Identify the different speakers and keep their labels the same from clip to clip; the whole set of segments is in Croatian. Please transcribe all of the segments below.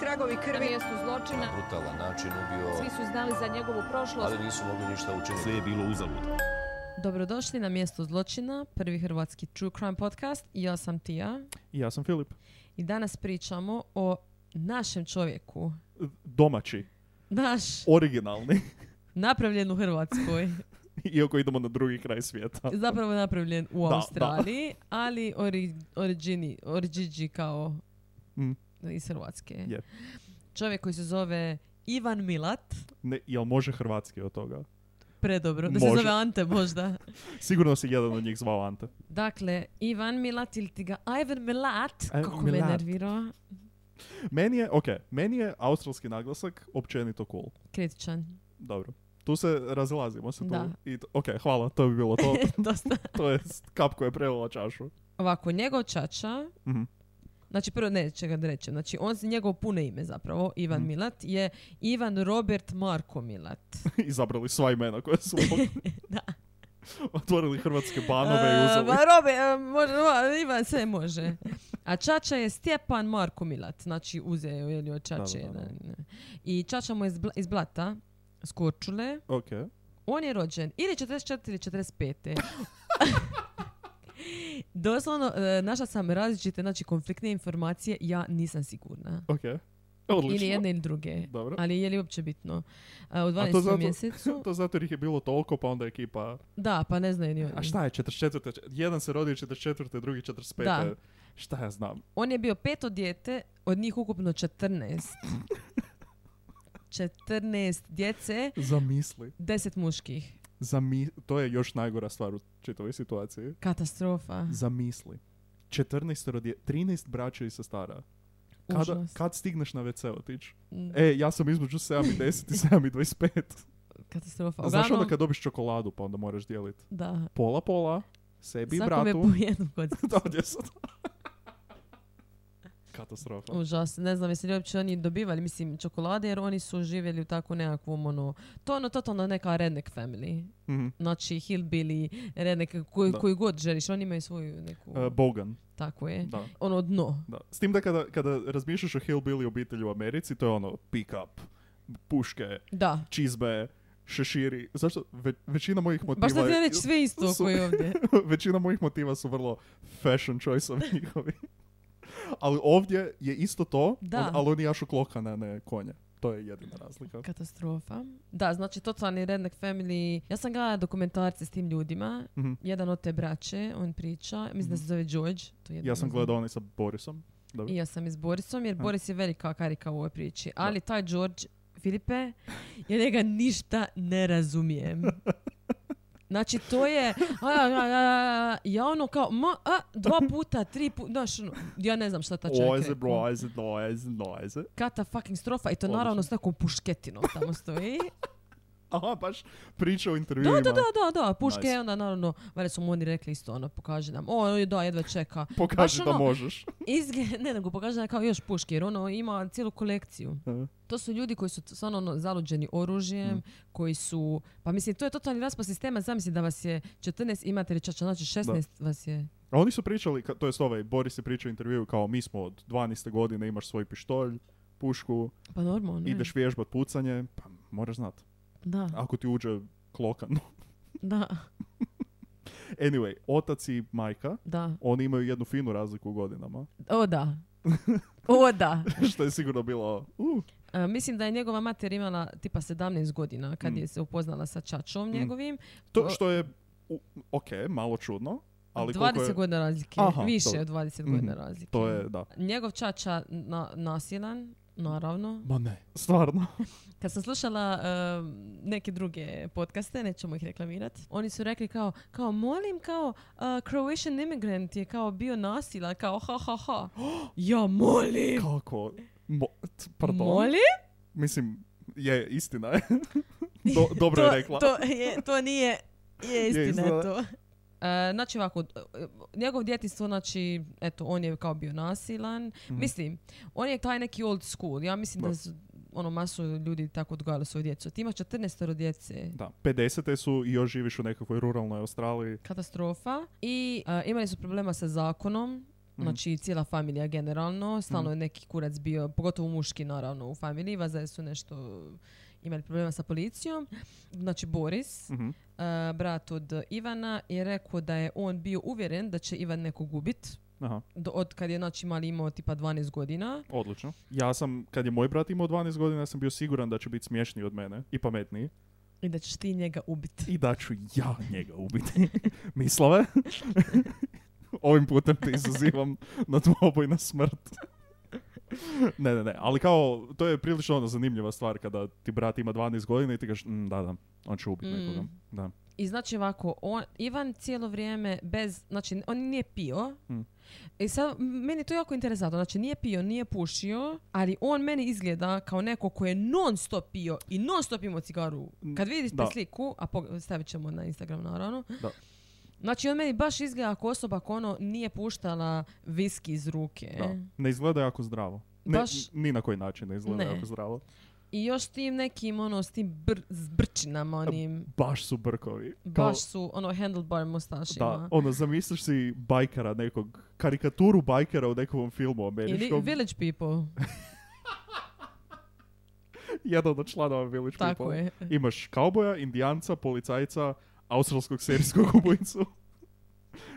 Speaker 1: tragovi
Speaker 2: Na
Speaker 1: krvi.
Speaker 2: mjestu zločina
Speaker 3: brutalan način ubio,
Speaker 2: svi su znali za njegovu prošlost.
Speaker 3: ali nisu mogli ništa učiniti.
Speaker 4: Sve je bilo uzalud.
Speaker 5: Dobrodošli na mjesto zločina, prvi hrvatski true crime podcast. Ja sam Tija
Speaker 6: I ja sam Filip.
Speaker 5: i danas pričamo o našem čovjeku.
Speaker 6: Domaći,
Speaker 5: Naš,
Speaker 6: originalni,
Speaker 5: napravljen u Hrvatskoj.
Speaker 6: iako idemo na drugi kraj svijeta.
Speaker 5: Zapravo napravljen u
Speaker 6: Da, da.
Speaker 5: Australiji, ali ori, origini, origigi kao
Speaker 6: Mm.
Speaker 5: iz Hrvatske.
Speaker 6: Je.
Speaker 5: Čovjek koji se zove Ivan Milat.
Speaker 6: Ne, jel može hrvatski od toga?
Speaker 5: Predobro, da se
Speaker 6: Može.
Speaker 5: zove Ante možda.
Speaker 6: Sigurno se jedan od njih zvao Ante.
Speaker 5: Dakle, Ivan Milat ili ti ga Ivan Milat,
Speaker 6: Ivan
Speaker 5: kako me
Speaker 6: Milat.
Speaker 5: nervirao,
Speaker 6: Meni je, ok, meni je australski naglasak općenito cool.
Speaker 5: kritičan.
Speaker 6: Dobro. Tu se razilazimo se tu.
Speaker 5: Da.
Speaker 6: I, t- ok, hvala, to bi bilo to.
Speaker 5: Dosta
Speaker 6: To je kap koja je prelila čašu.
Speaker 5: Ovako, njegov čača,
Speaker 6: Mhm.
Speaker 5: znači prvo neće ga da rečem, znači on se njegovo puno ime zapravo, Ivan
Speaker 6: Mhm.
Speaker 5: Milat, je Ivan Robert Marko Milat.
Speaker 6: Izabrali sva imena koja su mogli.
Speaker 5: Da.
Speaker 6: Otvorili hrvatske banove i
Speaker 5: E,
Speaker 6: uzeli.
Speaker 5: ma, Robe, e, može, ma, Ivan sve može. A čača je Stjepan Marko Milat, znači uzeo je li od čače.
Speaker 6: Da, da, da, da.
Speaker 5: jedan. I čača mu je iz, Bla- iz Blata, s Korčule.
Speaker 6: Ok.
Speaker 5: On je rođen ili 44 ili 45. Doslovno, e, našla sam različite, znači konfliktne informacije, ja nisam sigurna.
Speaker 6: Ok. Odlično.
Speaker 5: Ili jedne ili druge.
Speaker 6: Dobro.
Speaker 5: Ali je li uopće bitno? A, u
Speaker 6: A
Speaker 5: 12.
Speaker 6: to zato-
Speaker 5: mjesecu.
Speaker 6: To zato jer ih je bilo toliko, pa onda ekipa...
Speaker 5: Da, pa ne znaju ni oni.
Speaker 6: A šta je 44. Jedan se rodio 44. drugi 45.
Speaker 5: Da.
Speaker 6: Šta ja znam?
Speaker 5: On je bio peto dijete, od njih ukupno 14. 14 djece,
Speaker 6: Zamisli.
Speaker 5: 10 muških.
Speaker 6: Zami... To je još najgora stvar u čitavoj situaciji.
Speaker 5: Katastrofa.
Speaker 6: Zamisli. 14 rodje... 13 braća i sestara. Kada,
Speaker 5: Užas.
Speaker 6: kad stigneš na WC otić?
Speaker 5: Mm,
Speaker 6: E, ja sam između 7 i 10 i 7 i 25.
Speaker 5: Katastrofa.
Speaker 6: Znaš onda
Speaker 5: Uglavnom,
Speaker 6: kad dobiš čokoladu pa onda moraš dijeliti
Speaker 5: Da.
Speaker 6: pola pola, sebi i
Speaker 5: Svakome
Speaker 6: bratu.
Speaker 5: po jednu kockicu.
Speaker 6: da, gdje su Katastrofa.
Speaker 5: Užas, ne znam jesi li uopće oni dobivali, mislim, čokolade, jer oni su živjeli u tako nekakvom, ono, to je ono totalno neka redneck family.
Speaker 6: Mhm.
Speaker 5: Znači, hillbilly, redneck, koji,
Speaker 6: Da.
Speaker 5: koji god želiš, oni imaju svoju neku,
Speaker 6: E, Bogan,
Speaker 5: tako je,
Speaker 6: da.
Speaker 5: ono dno.
Speaker 6: Da. S tim da kada, kada razmišljaš o hillbilly obitelji u Americi, to je ono pick-up, puške,
Speaker 5: Da.
Speaker 6: čizbe, šeširi. Zašto? Ve- većina mojih motiva...
Speaker 5: Baš da ti
Speaker 6: je-
Speaker 5: reći sve isto
Speaker 6: su-
Speaker 5: koji ovdje.
Speaker 6: većina mojih motiva su vrlo fashion choice-ovi njihovi. ali ovdje je isto to,
Speaker 5: Da.
Speaker 6: on- ali oni jašu klokane, a ne konje. To je jedina razlika.
Speaker 5: Katastrofa. Da, znači totalni redneck family. Ja sam gledala dokumentarce s tim ljudima.
Speaker 6: Mhm.
Speaker 5: Jedan od te braće, on priča, mislim da se zove George. To je jedno,
Speaker 6: Ja
Speaker 5: ne
Speaker 6: sam
Speaker 5: znam.
Speaker 6: gledao onaj sa Borisom. Dobro.
Speaker 5: I ja sam i s Borisom, jer
Speaker 6: A.
Speaker 5: Boris je velika karika u ovoj priči. Ali taj George, Filipe, ja njega ništa ne razumijem. Znači, to je... A, a, a, a, ja ono kao, ma, a, dva puta, tri puta, znaš, ono, ja ne znam šta ta čovjek
Speaker 6: Oize,
Speaker 5: rekao.
Speaker 6: broize, noize, noize.
Speaker 5: Kata fucking strofa i to
Speaker 6: Odlično.
Speaker 5: naravno s nekom pušketinom tamo stoji.
Speaker 6: Aha, baš priča o
Speaker 5: Da,
Speaker 6: intervjuima.
Speaker 5: da, da, da, da, puške
Speaker 6: Nice.
Speaker 5: onda naravno, valjda su mu oni rekli isto, ono, pokaži nam, o, da, jedva čeka.
Speaker 6: Pokaži
Speaker 5: Baš
Speaker 6: da
Speaker 5: ono-
Speaker 6: možeš.
Speaker 5: Izgled, ne, nego pokaže nam kao još puške, jer ono ima cijelu kolekciju.
Speaker 6: Da.
Speaker 5: To su ljudi koji su t- stvarno ono, zaluđeni oružjem,
Speaker 6: Mm.
Speaker 5: koji su, pa mislim, to je totalni raspad sistema, zamisli da vas je 14, imate li čača, znači 16 vas je.
Speaker 6: A oni su pričali, ka- to jest ovaj, Boris je pričao u intervju kao mi smo od 12. godine, imaš svoj pištolj, pušku,
Speaker 5: Pa normalno, ne?
Speaker 6: ideš vježbat pucanje, pa moraš znat.
Speaker 5: Da,
Speaker 6: Ako ti uđe klokan.
Speaker 5: da,
Speaker 6: anyway, otac i majka,
Speaker 5: da.
Speaker 6: oni imaju jednu finu razliku u godinama,
Speaker 5: O da. O da.
Speaker 6: što je sigurno bilo, uh,
Speaker 5: A, E, mislim da je njegova mater imala tipa 17 godina kad
Speaker 6: Mm.
Speaker 5: je se upoznala sa čačom
Speaker 6: Mm.
Speaker 5: njegovim.
Speaker 6: to što je, u, ok, malo čudno, ali koliko
Speaker 5: 20
Speaker 6: je,
Speaker 5: godina razlike.
Speaker 6: Aha,
Speaker 5: Više
Speaker 6: dobro.
Speaker 5: od 20
Speaker 6: Mhm,
Speaker 5: godina razlike.
Speaker 6: to je, da.
Speaker 5: Njegov čača na, nasilan, naravno.
Speaker 6: Ma ne, stvarno.
Speaker 5: Kad sam slušala em, neke druge podcaste, nećemo ih reklamirati, oni su rekli kao, kao molim, kao a, Croatian immigrant je kao bio nasilan, kao ha ha ha. Ja molim!
Speaker 6: Kako? Mo- t- pardon?
Speaker 5: Molim?
Speaker 6: Mislim, je, istina je. Do- dobro je
Speaker 5: To-
Speaker 6: rekla.
Speaker 5: To, je, to nije, je istina
Speaker 6: istina.
Speaker 5: to. E, znači ovako, d- e, njegov djetinstvo, znači, eto, on je kao bio nasilan. Mislim, on je taj neki old school. Ja mislim da,
Speaker 6: Da.
Speaker 5: su, ono, masu ljudi tako odgajali svoju djecu. Ti imaš 14 djece.
Speaker 6: Da, 50. su i još živiš u nekakvoj ruralnoj Australiji.
Speaker 5: e, katastrofa i a, imali su problema sa zakonom Znači, cijela familija generalno, stalno je neki kurac bio, pogotovo muški naravno u familiji, vazali su nešto, imali problema sa policijom. Znači, Boris,
Speaker 6: Mhm.
Speaker 5: eh, brat od Ivana, je rekao da je on bio uvjeren da će Ivan nekog ubit,
Speaker 6: Aha,
Speaker 5: do, od kad je znači mali imao tipa 12 godina.
Speaker 6: odlično. Ja sam, kad je moj brat imao 12 godina, ja sam bio siguran da će biti smiješniji od mene i pametniji.
Speaker 5: I da ćeš ti njega ubiti.
Speaker 6: I da ću ja njega ubiti. Mislove? Ovim putem te izazivam na dvoboj na smrt. ne, ne, ne, ali kao, to je prilično ono zanimljiva stvar kada ti brat ima 12 godina i ti kažeš, "Mm, da, da, on će ubiti
Speaker 5: Mm.
Speaker 6: nekoga. Da.
Speaker 5: I znači ovako, on, Ivan cijelo vrijeme bez, znači on nije pio.
Speaker 6: Mm.
Speaker 5: I sad, m- meni je to jako interesantno, znači nije pio, nije pušio, ali on meni izgleda kao neko ko je non stop pio i non stop imao cigaru. Kad vidite
Speaker 6: Hmm. Da.
Speaker 5: sliku, a pog- stavit ćemo na Instagram naravno,
Speaker 6: Da.
Speaker 5: znači on meni baš izgleda kao osoba koja ono nije puštala viski iz ruke.
Speaker 6: Da. Ne izgleda jako zdravo. Ne,
Speaker 5: E. Baš-
Speaker 6: Ni na koji način ne izgleda
Speaker 5: Ne.
Speaker 6: jako zdravo.
Speaker 5: I još s tim nekim, ono, s tim br- s brčinama onim,
Speaker 6: Baš su brkovi. Kao-
Speaker 5: baš su, ono, handlebar
Speaker 6: Da,
Speaker 5: mustašima.
Speaker 6: ono, zamisliš si bajkara nekog, karikaturu bajkara u nekom filmu
Speaker 5: Ili
Speaker 6: američkom.
Speaker 5: village people,
Speaker 6: Jedan od članova Village
Speaker 5: tako
Speaker 6: People.
Speaker 5: je.
Speaker 6: Imaš kauboja, indijanca, policajca, australskog serijskog ubojicu.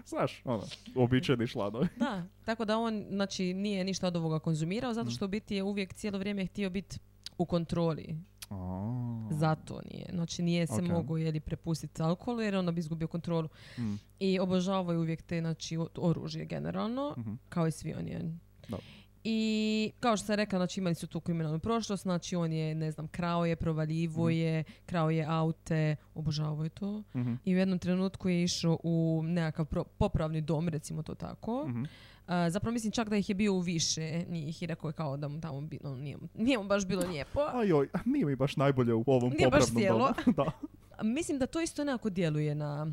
Speaker 6: Znaš, ono, uobičajeni članovi.
Speaker 5: Da, tako da on znači nije ništa od ovoga konzumirao
Speaker 6: Mm.
Speaker 5: zato što u biti je uvijek cijelo vrijeme htio biti u kontroli. Zato nije. Znači nije se
Speaker 6: Mm. Ok.
Speaker 5: mogao jeli prepustiti alkoholu jer onda bi izgubio kontrolu.
Speaker 6: Mm.
Speaker 5: I obožavaju uvijek te znači o- oružje generalno
Speaker 6: Mhm.
Speaker 5: kao i svi oni. jel?
Speaker 6: Da.
Speaker 5: I kao što sam rekla, znači imali su tu kriminalnu prošlost, znači on je, ne znam, krao je, provaljivo
Speaker 6: Mm.
Speaker 5: je, krao je aute, obožavao je to.
Speaker 6: Mhm,
Speaker 5: I u jednom trenutku je išao u nekakav pro- popravni dom, recimo to tako.
Speaker 6: mhm.
Speaker 5: A, zapravo mislim čak da ih je bio u više njih i rekao je kao da mu tamo bilo, nije, mu- nije mu baš bilo lijepo.
Speaker 6: Ajoj, a nije mi baš najbolje u ovom
Speaker 5: Nije baš
Speaker 6: popravnom domu. da.
Speaker 5: A Mislim da to isto nekako djeluje na,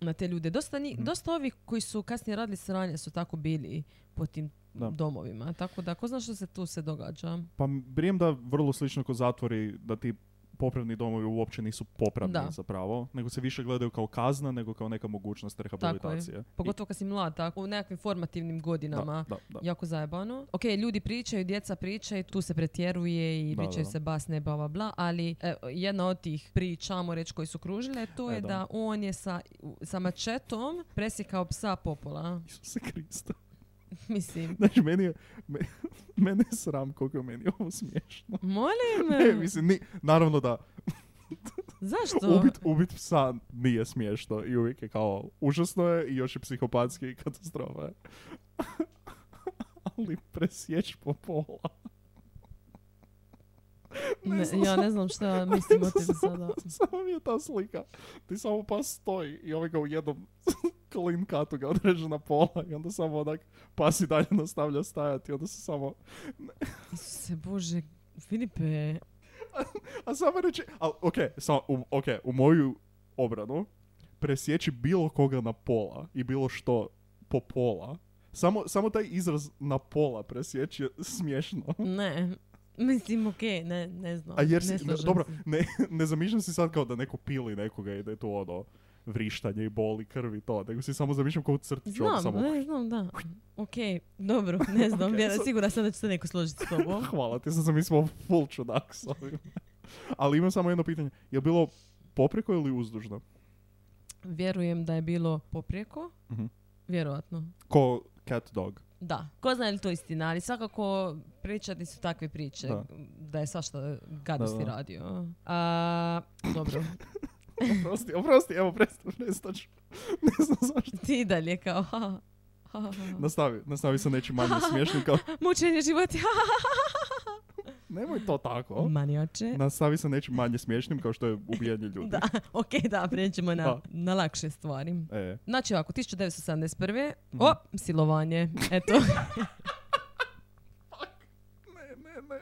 Speaker 5: na te ljude. Dosta, njih-
Speaker 6: Mhm.
Speaker 5: dosta ovih koji su kasnije radili sranje su tako bili po tim
Speaker 6: Da.
Speaker 5: domovima. Tako da, ko zna što se tu se događa.
Speaker 6: Pa brijem da vrlo slično ko zatvori da ti popravni domovi uopće nisu popravni
Speaker 5: Da.
Speaker 6: zapravo, nego se više gledaju kao kazna nego kao neka mogućnost rehabilitacije.
Speaker 5: Pogotovo kad si mlad, tako, u nekakvim formativnim
Speaker 6: I-
Speaker 5: godinama.
Speaker 6: da, da, da.
Speaker 5: Jako zajebano. Ok, ljudi pričaju, djeca pričaju, tu se pretjeruje i
Speaker 6: Da,
Speaker 5: pričaju
Speaker 6: da.
Speaker 5: se basne, bla, bla, bla, ali e, jedna od tih priča, ajmo reći, koji su kružile, to
Speaker 6: E,
Speaker 5: je
Speaker 6: da.
Speaker 5: da. on je sa, sa mačetom presjekao psa popola.
Speaker 6: Isuse Krista.
Speaker 5: Mislim,
Speaker 6: Znači, meni je, me, mene je sram koliko je meni ovo smiješno. Ne,
Speaker 5: molim, e,
Speaker 6: mislim, ni, naravno da
Speaker 5: zašto?
Speaker 6: ubit, ubit psa nije smiješno i uvijek je kao užasno je i još je psihopatski i katastrofa je. Ali presjeć po pola. ne
Speaker 5: Ne,
Speaker 6: znam.
Speaker 5: ja ne znam šta mislim o tebi
Speaker 6: Samo-
Speaker 5: sada.
Speaker 6: Samo mi je ta slika. Ti samo pas stoji i ovaj ga u jednom clean cutu ga odreže na pola i onda samo onak pas i dalje nastavlja stajati. Onda se samo
Speaker 5: Isuse Bože, Filipe,
Speaker 6: A samo reći, ali ok, samo, u, ok, u moju obranu presjeći bilo koga na pola i bilo što po pola. Samo, samo taj izraz na pola presjeći je smiješno.
Speaker 5: ne. Mislim, okej, ne, ne znam.
Speaker 6: A jer si,
Speaker 5: ne
Speaker 6: ne,
Speaker 5: slažem
Speaker 6: dobro,
Speaker 5: se.
Speaker 6: ne, ne zamišljam si sad kao da neko pili nekoga i da je to ono vrištanje i boli krvi i to, nego si samo zamišljam kao crtić ono
Speaker 5: Znam,
Speaker 6: samo.
Speaker 5: ne znam, da. Okej, dobro, ne znam,
Speaker 6: Ok,
Speaker 5: vjera,
Speaker 6: sad-
Speaker 5: sigura sam da će se neko složiti s tobom.
Speaker 6: Hvala ti, sad sam mislio full čudak s ovim. Ali imam samo jedno pitanje, je bilo popreko ili uzdužno?
Speaker 5: Vjerujem da je bilo poprijeko,
Speaker 6: Mhm.
Speaker 5: vjerojatno.
Speaker 6: Ko cat dog.
Speaker 5: Da, ko zna je li to istina, ali svakako pričati su takve priče,
Speaker 6: Da.
Speaker 5: da, je svašta gadosti
Speaker 6: Da, da.
Speaker 5: radio. A, dobro,
Speaker 6: Oprosti, oprosti, evo presta, prestaću. Ne znam zašto.
Speaker 5: ti dalje kao, ha, ha, ha, ha, ha.
Speaker 6: Nastavi, nastavi sa nečim manje smiješnim kao,
Speaker 5: mučenje života, ha,
Speaker 6: nemoj to tako.
Speaker 5: Manijače.
Speaker 6: Nastavi sa nečim manje smiješnim kao što je ubijanje ljudi.
Speaker 5: Da, ok, da, pređemo na,
Speaker 6: Da.
Speaker 5: na lakše stvari.
Speaker 6: E,
Speaker 5: Znači ovako, 1971.
Speaker 6: Mhm.
Speaker 5: O, silovanje, eto.
Speaker 6: ne, ne, ne.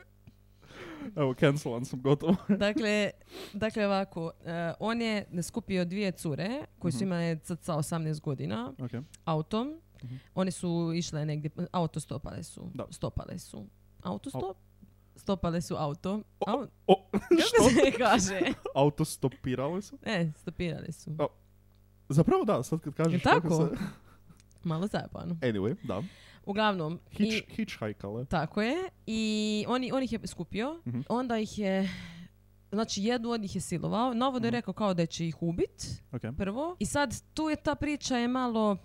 Speaker 6: Evo, cancelan sam gotovo.
Speaker 5: dakle, dakle ovako, eh, on je skupio dvije cure koje su
Speaker 6: Mhm.
Speaker 5: imale cca 18 godina
Speaker 6: Ok.
Speaker 5: autom.
Speaker 6: Mhm.
Speaker 5: One su išle negdje, autostopale su.
Speaker 6: Da.
Speaker 5: Stopale su. Autostop? Stopale su auto.
Speaker 6: O,
Speaker 5: Au-
Speaker 6: o,
Speaker 5: Kako se kaže?
Speaker 6: Autostopirali su.
Speaker 5: Ne, stopirali su.
Speaker 6: O, Zapravo da, sad kad kažeš
Speaker 5: Jel tako?
Speaker 6: kako se...
Speaker 5: Malo zajebano.
Speaker 6: Anyway, da.
Speaker 5: Uglavnom, i,
Speaker 6: Hitch, hitchhajkale.
Speaker 5: tako je, i on, on ih je skupio,
Speaker 6: Mhm.
Speaker 5: onda ih je, znači jednu od njih je silovao, navodno je
Speaker 6: Mhm.
Speaker 5: rekao kao da će ih ubit,
Speaker 6: Ok.
Speaker 5: prvo. I sad tu je ta priča je malo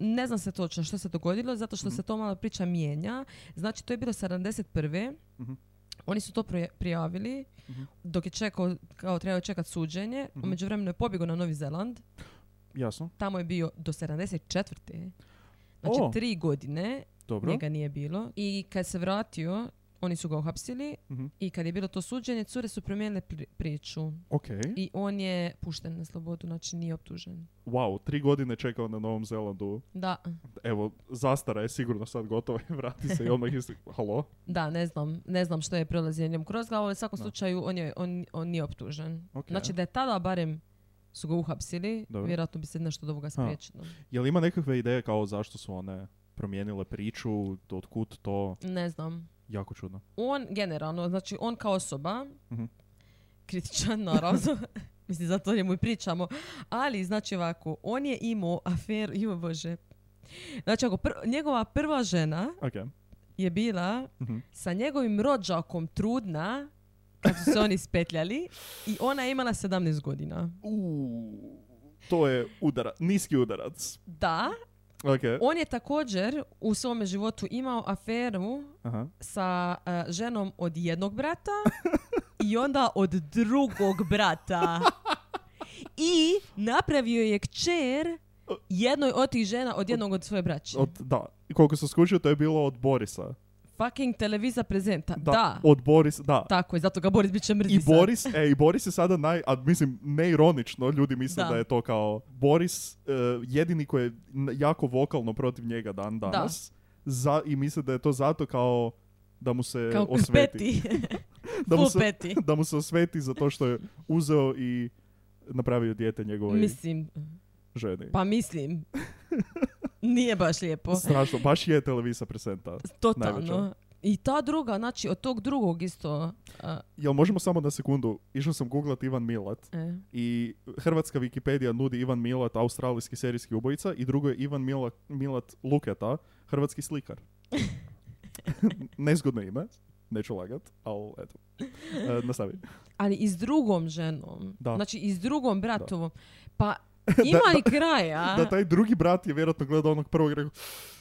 Speaker 5: ne znam se točno što se dogodilo, zato što
Speaker 6: Mhm.
Speaker 5: se to malo priča mijenja. Znači, to je bilo 71.
Speaker 6: Mhm.
Speaker 5: Oni su to proje- prijavili,
Speaker 6: Mhm.
Speaker 5: dok je čekao, kao trebao čekati suđenje.
Speaker 6: Mhm.
Speaker 5: U međuvremenu je pobjegao na Novi Zeland.
Speaker 6: Jasno.
Speaker 5: Tamo je bio do 74. Znači,
Speaker 6: O.
Speaker 5: tri godine
Speaker 6: Dobro.
Speaker 5: njega nije bilo. I kad se vratio, oni su ga uhapsili.
Speaker 6: Mhm.
Speaker 5: I kad je bilo to suđenje, cure su promijenile pri- priču.
Speaker 6: Ok.
Speaker 5: I on je pušten na slobodu, znači nije optužen.
Speaker 6: Wow, tri godine čekao na Novom Zelandu.
Speaker 5: Da.
Speaker 6: Evo, zastara je sigurno sad gotova i vrati se i odmah isti. Halo?
Speaker 5: Da, ne znam, ne znam što je prelazio njemu kroz glavu, ali u svakom
Speaker 6: Da.
Speaker 5: slučaju on, je, on, on nije optužen.
Speaker 6: Ok.
Speaker 5: Znači da je tada barem su ga uhapsili,
Speaker 6: Dobro.
Speaker 5: vjerojatno bi se nešto od ovoga spriječilo.
Speaker 6: Jel ima nekakve ideje kao zašto su one promijenile priču, otkud to,
Speaker 5: Ne znam.
Speaker 6: jako čudno.
Speaker 5: On generalno, znači on kao osoba,
Speaker 6: Mhm.
Speaker 5: kritičan naravno, mislim zato njemu i pričamo, ali znači ovako, on je imao aferu, joj bože, znači ako pr- njegova prva žena
Speaker 6: Ok.
Speaker 5: je bila
Speaker 6: Mhm.
Speaker 5: sa njegovim rođakom trudna kad su se oni spetljali i ona je imala 17 godina.
Speaker 6: Uuu, to je udara, niski udarac.
Speaker 5: Da,
Speaker 6: Ok.
Speaker 5: on je također u svome životu imao aferu
Speaker 6: Aha.
Speaker 5: sa e, ženom od jednog brata i onda od drugog brata. I napravio je kćer jednoj od tih žena od jednog od svoje braće.
Speaker 6: Od, da, koliko sam skučio, to je bilo od Borisa.
Speaker 5: Fucking televiza prezenta. Da.
Speaker 6: Od Borisa, da.
Speaker 5: Tako je, zato ga Boris bit će mrzi
Speaker 6: I
Speaker 5: sad.
Speaker 6: Boris, e, i Boris je sada naj, a mislim, neironično, ljudi misle da,
Speaker 5: Da.
Speaker 6: je to kao Boris e, jedini koji je n- jako vokalno protiv njega dan danas za, i misle da je to zato kao da mu se
Speaker 5: Kao
Speaker 6: osveti.
Speaker 5: kupeti.
Speaker 6: Da mu, se,
Speaker 5: Kupeti.
Speaker 6: da mu se osveti zato što je uzeo i napravio dijete njegovoj
Speaker 5: Mislim,
Speaker 6: ženi.
Speaker 5: pa mislim. Nije baš lijepo.
Speaker 6: Strašno, baš je televisa presenta. najveća.
Speaker 5: Totalno. I ta druga, znači od tog drugog isto. a,
Speaker 6: Jel možemo samo na sekundu, išao sam googlat Ivan Milat
Speaker 5: e.
Speaker 6: i hrvatska Wikipedija nudi Ivan Milat, australijski serijski ubojica i drugo je Ivan Mila, Milat Luketa, hrvatski slikar. Nezgodno ime, neću lagat, ali eto. E, nastavi.
Speaker 5: Ali i s drugom ženom.
Speaker 6: Da.
Speaker 5: Znači i s drugom bratovom. Pa ima li kraja?
Speaker 6: Da taj drugi brat je vjerojatno gledao onog prvog i rekao,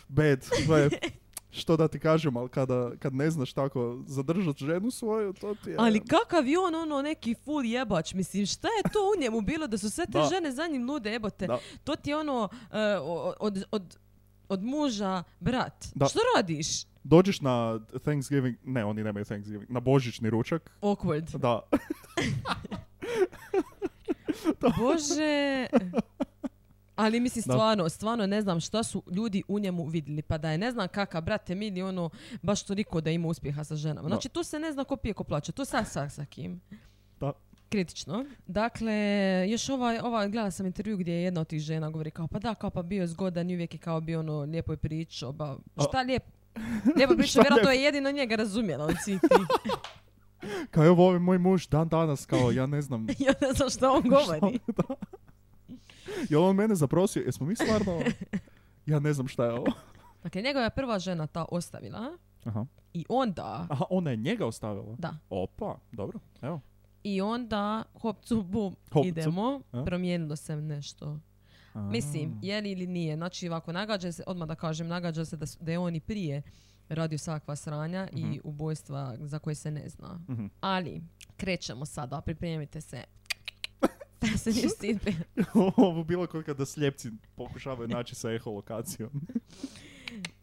Speaker 6: bad, gle, što da ti kažem, ali kada, kad ne znaš tako zadržat ženu svoju, to ti je...
Speaker 5: Ali kakav je on ono neki full jebač, mislim šta je to u njemu bilo da su sve te
Speaker 6: Da.
Speaker 5: žene za njim lude jebote.
Speaker 6: Da.
Speaker 5: To ti je ono e, o- od, od, od muža brat.
Speaker 6: Da.
Speaker 5: Što radiš?
Speaker 6: Dođeš na Thanksgiving, ne, oni nemaju Thanksgiving, na božićni ručak,
Speaker 5: Awkward.
Speaker 6: da,
Speaker 5: Bože. Ali mislim
Speaker 6: Da.
Speaker 5: stvarno, stvarno ne znam šta su ljudi u njemu vidjeli. Pa da je ne znam kaka, brate mili, ono, baš toliko da ima uspjeha sa ženama.
Speaker 6: Da.
Speaker 5: Znači tu se ne zna ko pije, ko plaća. To sa, sa, sa kim.
Speaker 6: Da.
Speaker 5: Kritično. Dakle, još ovaj, ovaj, gledala sam intervju gdje je jedna od tih žena govori kao, pa da, kao pa bio je zgodan i uvijek je kao bio ono lijepo je pričao, pa šta lijep, lijepo pričao, vjerojatno je jedino njega razumjela od svih tih.
Speaker 6: Kao evo ovaj moj muž dan danas kao ja ne znam
Speaker 5: ja ne znam šta on govori.
Speaker 6: jel on mene zaprosio jesmo mi stvarno ono? ja ne znam šta je ovo.
Speaker 5: Dakle, njegova je prva žena ta ostavila
Speaker 6: Aha.
Speaker 5: i onda
Speaker 6: Aha, ona je njega ostavila.
Speaker 5: Da.
Speaker 6: Opa, dobro. Evo.
Speaker 5: I onda, hopcu, bum,
Speaker 6: Hop, cup.
Speaker 5: idemo.
Speaker 6: A?
Speaker 5: Promijenilo se nešto. Mislim, je li ili nije. Znači, ovako, nagađa se, odmah da kažem, nagađa se da, su- da je on i prije radio svakva sranja i ubojstva za koje se ne zna.
Speaker 6: Mhm.
Speaker 5: Ali, krećemo sada, pripremite se. Fasten your seatbelt.
Speaker 6: ovo bilo kao kada slijepci pokušavaju naći sa eholokacijom.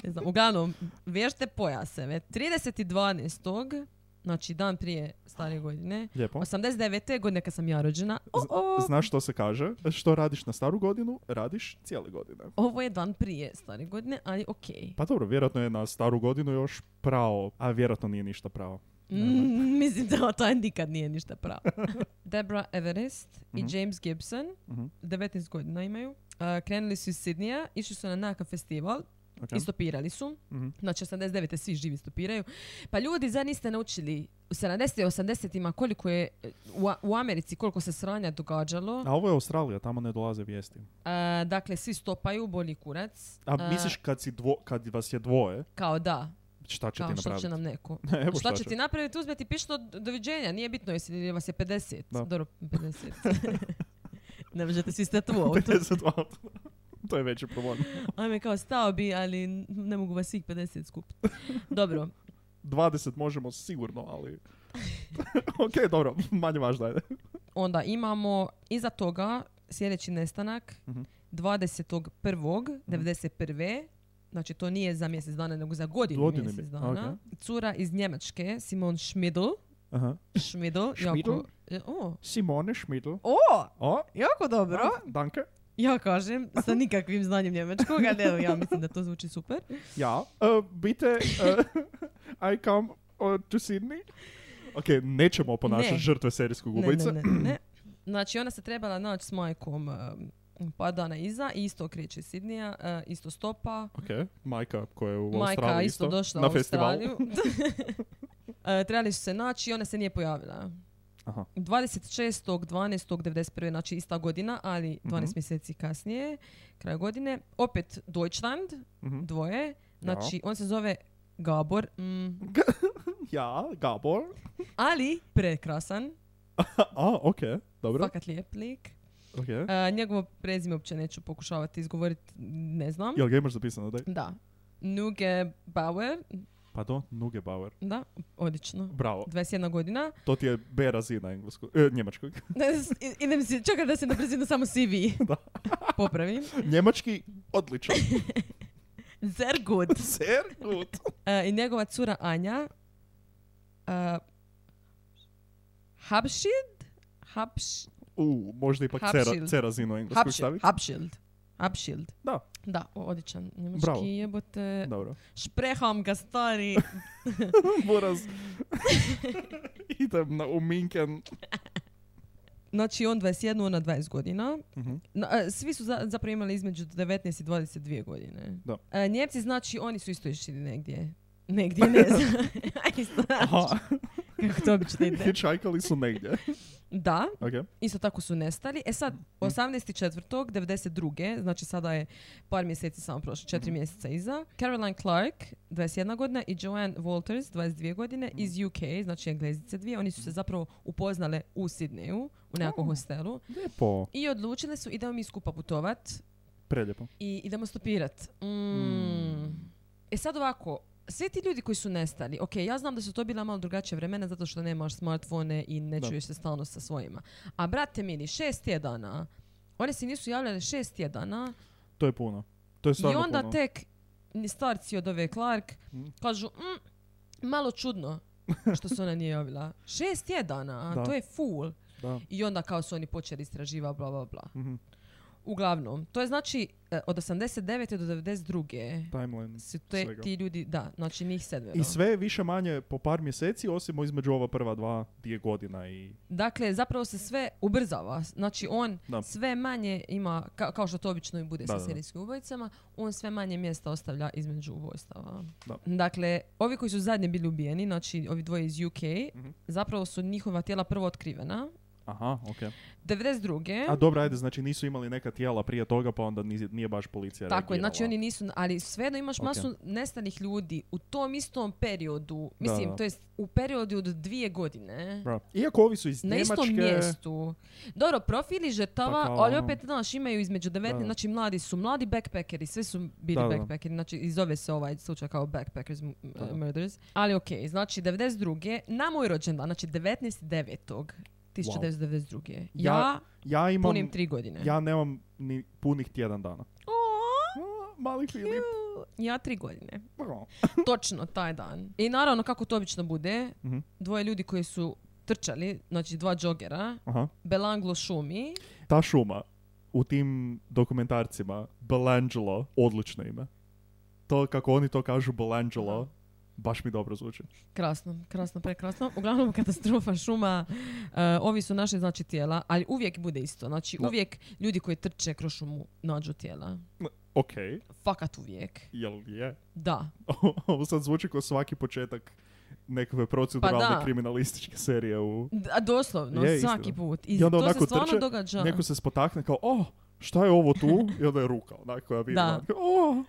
Speaker 5: Ne znam, uglavnom, vežte pojaseve. 30.12., znači dan prije stare godine,
Speaker 6: Lijepo.
Speaker 5: 89. godine kad sam ja rođena, o, o,
Speaker 6: Znaš što se kaže? Što radiš na staru godinu, radiš cijele godine.
Speaker 5: ovo je dan prije stare godine, ali okej.
Speaker 6: Pa dobro, vjerojatno je na staru godinu još pravo, a vjerojatno nije ništa pravo.
Speaker 5: Mm, mislim da to nikad nije ništa pravo. Debra Everest i James Gibson,
Speaker 6: Mhm.
Speaker 5: 19 godina imaju, a, krenuli su iz Sidnija, išli su na nekakav festival,
Speaker 6: Ok.
Speaker 5: i stopirali su.
Speaker 6: Mhm.
Speaker 5: Znači 89. svi živi stopiraju. Pa ljudi, zar niste naučili u 70. i 80. koliko je e, u, u Americi koliko se sranja događalo.
Speaker 6: A ovo je Australija, tamo ne dolaze vijesti.
Speaker 5: E, dakle, svi stopaju, bolji kurac.
Speaker 6: A
Speaker 5: E,
Speaker 6: misliš kad, si dvo, kad vas je dvoje,
Speaker 5: Kao da,
Speaker 6: šta će
Speaker 5: kao
Speaker 6: ti
Speaker 5: što
Speaker 6: napraviti?
Speaker 5: će nam neko.
Speaker 6: Ne, evo
Speaker 5: šta
Speaker 6: šta
Speaker 5: će
Speaker 6: će.
Speaker 5: ti napraviti, uzme ti pišno doviđenja, nije bitno jesi li vas je 50.
Speaker 6: Da.
Speaker 5: Dobro, 50. ne možete svi stati u autu.
Speaker 6: 50 auta. to je veći problem.
Speaker 5: Ajme, kao stao bi, ali ne mogu vas svih 50 skupiti. Dobro,
Speaker 6: 20 možemo sigurno, ali... ok, dobro, manje važno je.
Speaker 5: onda imamo iza toga sljedeći nestanak
Speaker 6: Mhm.
Speaker 5: 21.91. Znači to nije za mjesec dana, nego za godinu
Speaker 6: Godinu mi-
Speaker 5: mjesec dana. Cura iz Njemačke, Simon Schmidl.
Speaker 6: Aha.
Speaker 5: Schmidl,
Speaker 6: Schmidl?
Speaker 5: jako... e, O,
Speaker 6: Simone Schmidl.
Speaker 5: o,
Speaker 6: O,
Speaker 5: jako dobro.
Speaker 6: danke.
Speaker 5: Ja kažem, sa nikakvim znanjem njemačkog, ali evo, ja mislim da to zvuči super.
Speaker 6: Ja. Uh, bite, uh, I come uh, to Sydney. Ok, nećemo oponašati
Speaker 5: Ne.
Speaker 6: žrtve serijskog
Speaker 5: Ne,
Speaker 6: ubojice.
Speaker 5: ne, ne, ne, ne. Znači, ona se trebala naći s majkom um, par dana iza i isto kreće iz Sidnija, uh, isto stopa.
Speaker 6: Ok, majka koja je u
Speaker 5: Majka
Speaker 6: Australiji
Speaker 5: isto došla
Speaker 6: na
Speaker 5: u
Speaker 6: festivalu.
Speaker 5: Australiju. E, Trebali su se naći i ona se nije pojavila.
Speaker 6: Aha.
Speaker 5: 26.12.91. znači ista godina, ali 12
Speaker 6: Mhm.
Speaker 5: mjeseci kasnije, kraj godine. Opet Deutschland,
Speaker 6: Mhm.
Speaker 5: dvoje. Znači, on se zove Gabor, mm,
Speaker 6: Ja, Gabor.
Speaker 5: ali prekrasan,
Speaker 6: A, ok, dobro.
Speaker 5: fakat lijep lik.
Speaker 6: Ok.
Speaker 5: E, njegovo prezime uopće neću pokušavati izgovoriti, ne znam.
Speaker 6: Jel ga imaš zapisano, daj?
Speaker 5: Da. Nuge Bauer,
Speaker 6: Pardon, Nuge Bauer.
Speaker 5: da, odlično.
Speaker 6: Bravo,
Speaker 5: 21 godina.
Speaker 6: to ti je B razina engleskog, e, njemačkog.
Speaker 5: Ne, s- i- idem si, čekaj da se na brzinu samo CV popravim.
Speaker 6: Njemački, odličan.
Speaker 5: Sehr gut.
Speaker 6: Sehr gut.
Speaker 5: E, I njegova cura Anja. e, Habschild? Habš,
Speaker 6: U, možda ipak
Speaker 5: Hapschild.
Speaker 6: C, C razinu engleskog
Speaker 5: Habschild.
Speaker 6: staviti.
Speaker 5: Habschild. Habschild.
Speaker 6: Da.
Speaker 5: Da, o- odličan. Njemački
Speaker 6: Bravo.
Speaker 5: jebote.
Speaker 6: Dobro.
Speaker 5: Špreham ga stari.
Speaker 6: Buraz. Idem na, u Minken.
Speaker 5: Znači on 21, ona 20 godina.
Speaker 6: Mhm.
Speaker 5: Na- e, svi su za, zapravo imali između 19 i 22 godine.
Speaker 6: Da.
Speaker 5: E, Njemci, znači, oni su isto išli negdje. Negdje, ne znam. Aj,
Speaker 6: Aha,
Speaker 5: znaš Kako to obično ide.
Speaker 6: hitchhikali su negdje.
Speaker 5: Da,
Speaker 6: Ok.
Speaker 5: isto tako su nestali. E
Speaker 6: Mm.
Speaker 5: sad, 18.4.92. Znači sada je par mjeseci samo prošlo, četiri
Speaker 6: Mm.
Speaker 5: mjeseca iza. Caroline Clark, 21 godina i Joanne Walters, 22 godine
Speaker 6: Mm.
Speaker 5: iz UK, znači englezice dvije. Oni su se zapravo upoznale u Sidneju, u
Speaker 6: Oh.
Speaker 5: nekakvom hostelu.
Speaker 6: Lijepo.
Speaker 5: I odlučile su idemo mi skupa putovat
Speaker 6: Preljepo.
Speaker 5: i idemo stopirat. Mm.
Speaker 6: Hmm.
Speaker 5: E sad ovako, svi ti ljudi koji su nestali, ok, ja znam da su to bila malo drugačija vremena zato što nemaš smartfone i ne
Speaker 6: Da.
Speaker 5: čuješ se stalno sa svojima. A brate mili, šest tjedana, one se nisu javljale šest tjedana
Speaker 6: To je puno. To je
Speaker 5: i
Speaker 6: stvarno
Speaker 5: onda
Speaker 6: puno.
Speaker 5: tek ni starci od ove Clark
Speaker 6: Mm.
Speaker 5: kažu, "Mm, malo čudno što se ona nije javila. Šest tjedana, a
Speaker 6: Da.
Speaker 5: to je full.
Speaker 6: Da.
Speaker 5: I onda kao su oni počeli istraživati, bla, bla, bla.
Speaker 6: Mhm.
Speaker 5: Uglavnom, to je znači e, od 89. do 92.
Speaker 6: Timeline.
Speaker 5: su te,
Speaker 6: Pa, svega.
Speaker 5: ti ljudi, da, znači njih sedmero.
Speaker 6: I sve je više manje po par mjeseci, osim između ova prva dva, dvije godina i...
Speaker 5: Dakle, zapravo se sve ubrzava. Znači, on
Speaker 6: Da.
Speaker 5: sve manje ima, ka- kao što to obično i bude
Speaker 6: Da,
Speaker 5: sa
Speaker 6: da, da.
Speaker 5: serijskim ubojicama, on sve manje mjesta ostavlja između ubojstava.
Speaker 6: Da.
Speaker 5: Dakle, ovi koji su zadnje bili ubijeni, znači ovi dvoje iz UK,
Speaker 6: Mhm.
Speaker 5: zapravo su njihova tijela prvo otkrivena.
Speaker 6: Aha, okej.
Speaker 5: 92.
Speaker 6: A dobro, ajde, znači nisu imali neka tijela prije toga, pa onda niz- nije baš policija
Speaker 5: Tako je,
Speaker 6: reagirala.
Speaker 5: znači oni nisu, ali svejedno imaš
Speaker 6: Ok.
Speaker 5: masu nestanih ljudi u tom istom periodu,
Speaker 6: Da,
Speaker 5: mislim,
Speaker 6: da.
Speaker 5: to jest u periodu od dvije godine.
Speaker 6: Bra. Mm-hmm. Iako ovi su iz
Speaker 5: Na
Speaker 6: Njemačke...
Speaker 5: istom mjestu. Dobro, profili žrtava,
Speaker 6: Pa kao
Speaker 5: ali
Speaker 6: ono-
Speaker 5: opet, znaš, imaju između 19,
Speaker 6: Da.
Speaker 5: znači mladi su, mladi backpackeri, svi su bili
Speaker 6: Da, da.
Speaker 5: backpackeri, znači i zove se ovaj slučaj kao backpackers m-
Speaker 6: da.
Speaker 5: murders. Ali okej, znači 92. na moj rođendan, znači 19.9. 1992. Ja,
Speaker 6: Ja Ja imam...
Speaker 5: punim tri godine.
Speaker 6: Ja nemam ni punih tjedan dana. A, Mali Filip.
Speaker 5: ja tri godine.
Speaker 6: Bro.
Speaker 5: Točno, taj dan. I naravno, kako to obično bude,
Speaker 6: Mhm.
Speaker 5: dvoje ljudi koji su trčali, znači dva džogera,
Speaker 6: Aha.
Speaker 5: Belanglo šumi,
Speaker 6: Ta šuma u tim dokumentarcima, Belangelo, odlično ime. To kako oni to kažu Belangelo,
Speaker 5: Aha.
Speaker 6: baš mi dobro zvuči.
Speaker 5: Krasno, krasno, prekrasno. Uglavnom katastrofa šuma. E, ovi su naše znači tijela, ali uvijek bude isto. Znači
Speaker 6: Da.
Speaker 5: uvijek ljudi koji trče kroz šumu nađu tijela.
Speaker 6: Ok,
Speaker 5: Fakat uvijek.
Speaker 6: jel je?
Speaker 5: Da.
Speaker 6: Ovo sad zvuči kao svaki početak nekakve proceduralne
Speaker 5: Pa da.
Speaker 6: kriminalističke serije u...
Speaker 5: A doslovno,
Speaker 6: Je,
Speaker 5: svaki
Speaker 6: istina.
Speaker 5: put. I,
Speaker 6: I onda
Speaker 5: to se
Speaker 6: onako
Speaker 5: stvarno
Speaker 6: trče,
Speaker 5: događa.
Speaker 6: Neko se spotakne kao, o, šta je ovo tu? I onda je ruka onak koja vidi.
Speaker 5: Da.
Speaker 6: onak, "O."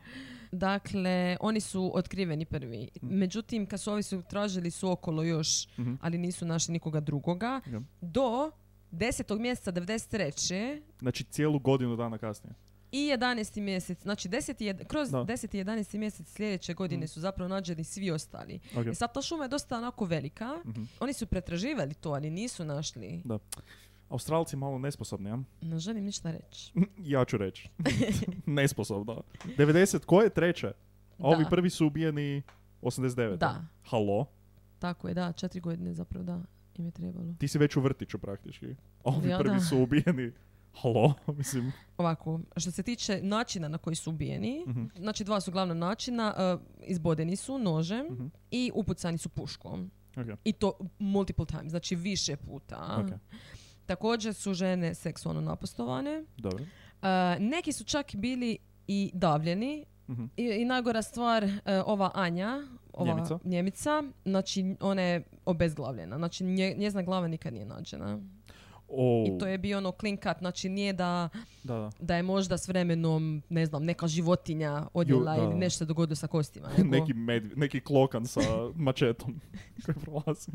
Speaker 5: Dakle, oni su otkriveni prvi. Međutim, kad su ovi su tražili su okolo još,
Speaker 6: Mm. Mhm.
Speaker 5: ali nisu našli nikoga drugoga,
Speaker 6: Ja.
Speaker 5: do 10. mjeseca 93.
Speaker 6: Znači cijelu godinu dana kasnije.
Speaker 5: i 11. mjesec, znači 10. i jed- kroz
Speaker 6: Da. Mm.
Speaker 5: 10. i 11. mjesec sljedeće godine su zapravo nađeni svi ostali.
Speaker 6: Ok.
Speaker 5: I sad ta šuma je dosta onako velika.
Speaker 6: Mhm.
Speaker 5: Oni su pretraživali to, ali nisu našli.
Speaker 6: Australci malo nesposobni, ja?
Speaker 5: Ne želim ništa reći.
Speaker 6: Ja ću reći. Nesposobno. 90, ko je treće? A ovi
Speaker 5: Da.
Speaker 6: prvi su ubijeni 89.
Speaker 5: Da,
Speaker 6: Halo?
Speaker 5: tako je, da, četiri godine zapravo, da, im je trebalo.
Speaker 6: Ti si već u vrtiću praktički. A ovi
Speaker 5: Ja,
Speaker 6: prvi
Speaker 5: da.
Speaker 6: su ubijeni. Halo? Mislim,
Speaker 5: Ovako, što se tiče načina na koji su ubijeni,
Speaker 6: Mhm.
Speaker 5: znači dva su glavna načina, e, izbodeni su nožem
Speaker 6: Mhm.
Speaker 5: i upucani su puškom.
Speaker 6: Ok.
Speaker 5: I to multiple times, znači više puta.
Speaker 6: Ok.
Speaker 5: Također su žene seksualno napastovane.
Speaker 6: dobro.
Speaker 5: E, neki su čak bili i davljeni.
Speaker 6: Mhm.
Speaker 5: I, i najgora stvar, e, ova Anja, ova
Speaker 6: Njemica.
Speaker 5: Njemica, znači ona je obezglavljena. Znači nje- njezina glava nikad nije nađena.
Speaker 6: O,
Speaker 5: I to je bio ono clean cut, znači nije da
Speaker 6: da, da.
Speaker 5: da je možda s vremenom, ne znam, neka životinja odjela
Speaker 6: Ju, da.
Speaker 5: ili nešto se dogodilo sa kostima.
Speaker 6: neki, med, neki klokan sa mačetom koji prolazi.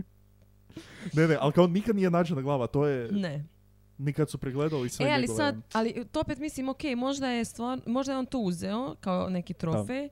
Speaker 6: Ne, ne, ali kao nikad nije nađena glava, to je,
Speaker 5: Ne.
Speaker 6: nikad su pregledali sve
Speaker 5: e, ali
Speaker 6: njegove-
Speaker 5: sad, ali to opet mislim, ok, možda je, stvar, možda je on to uzeo kao neki trofej,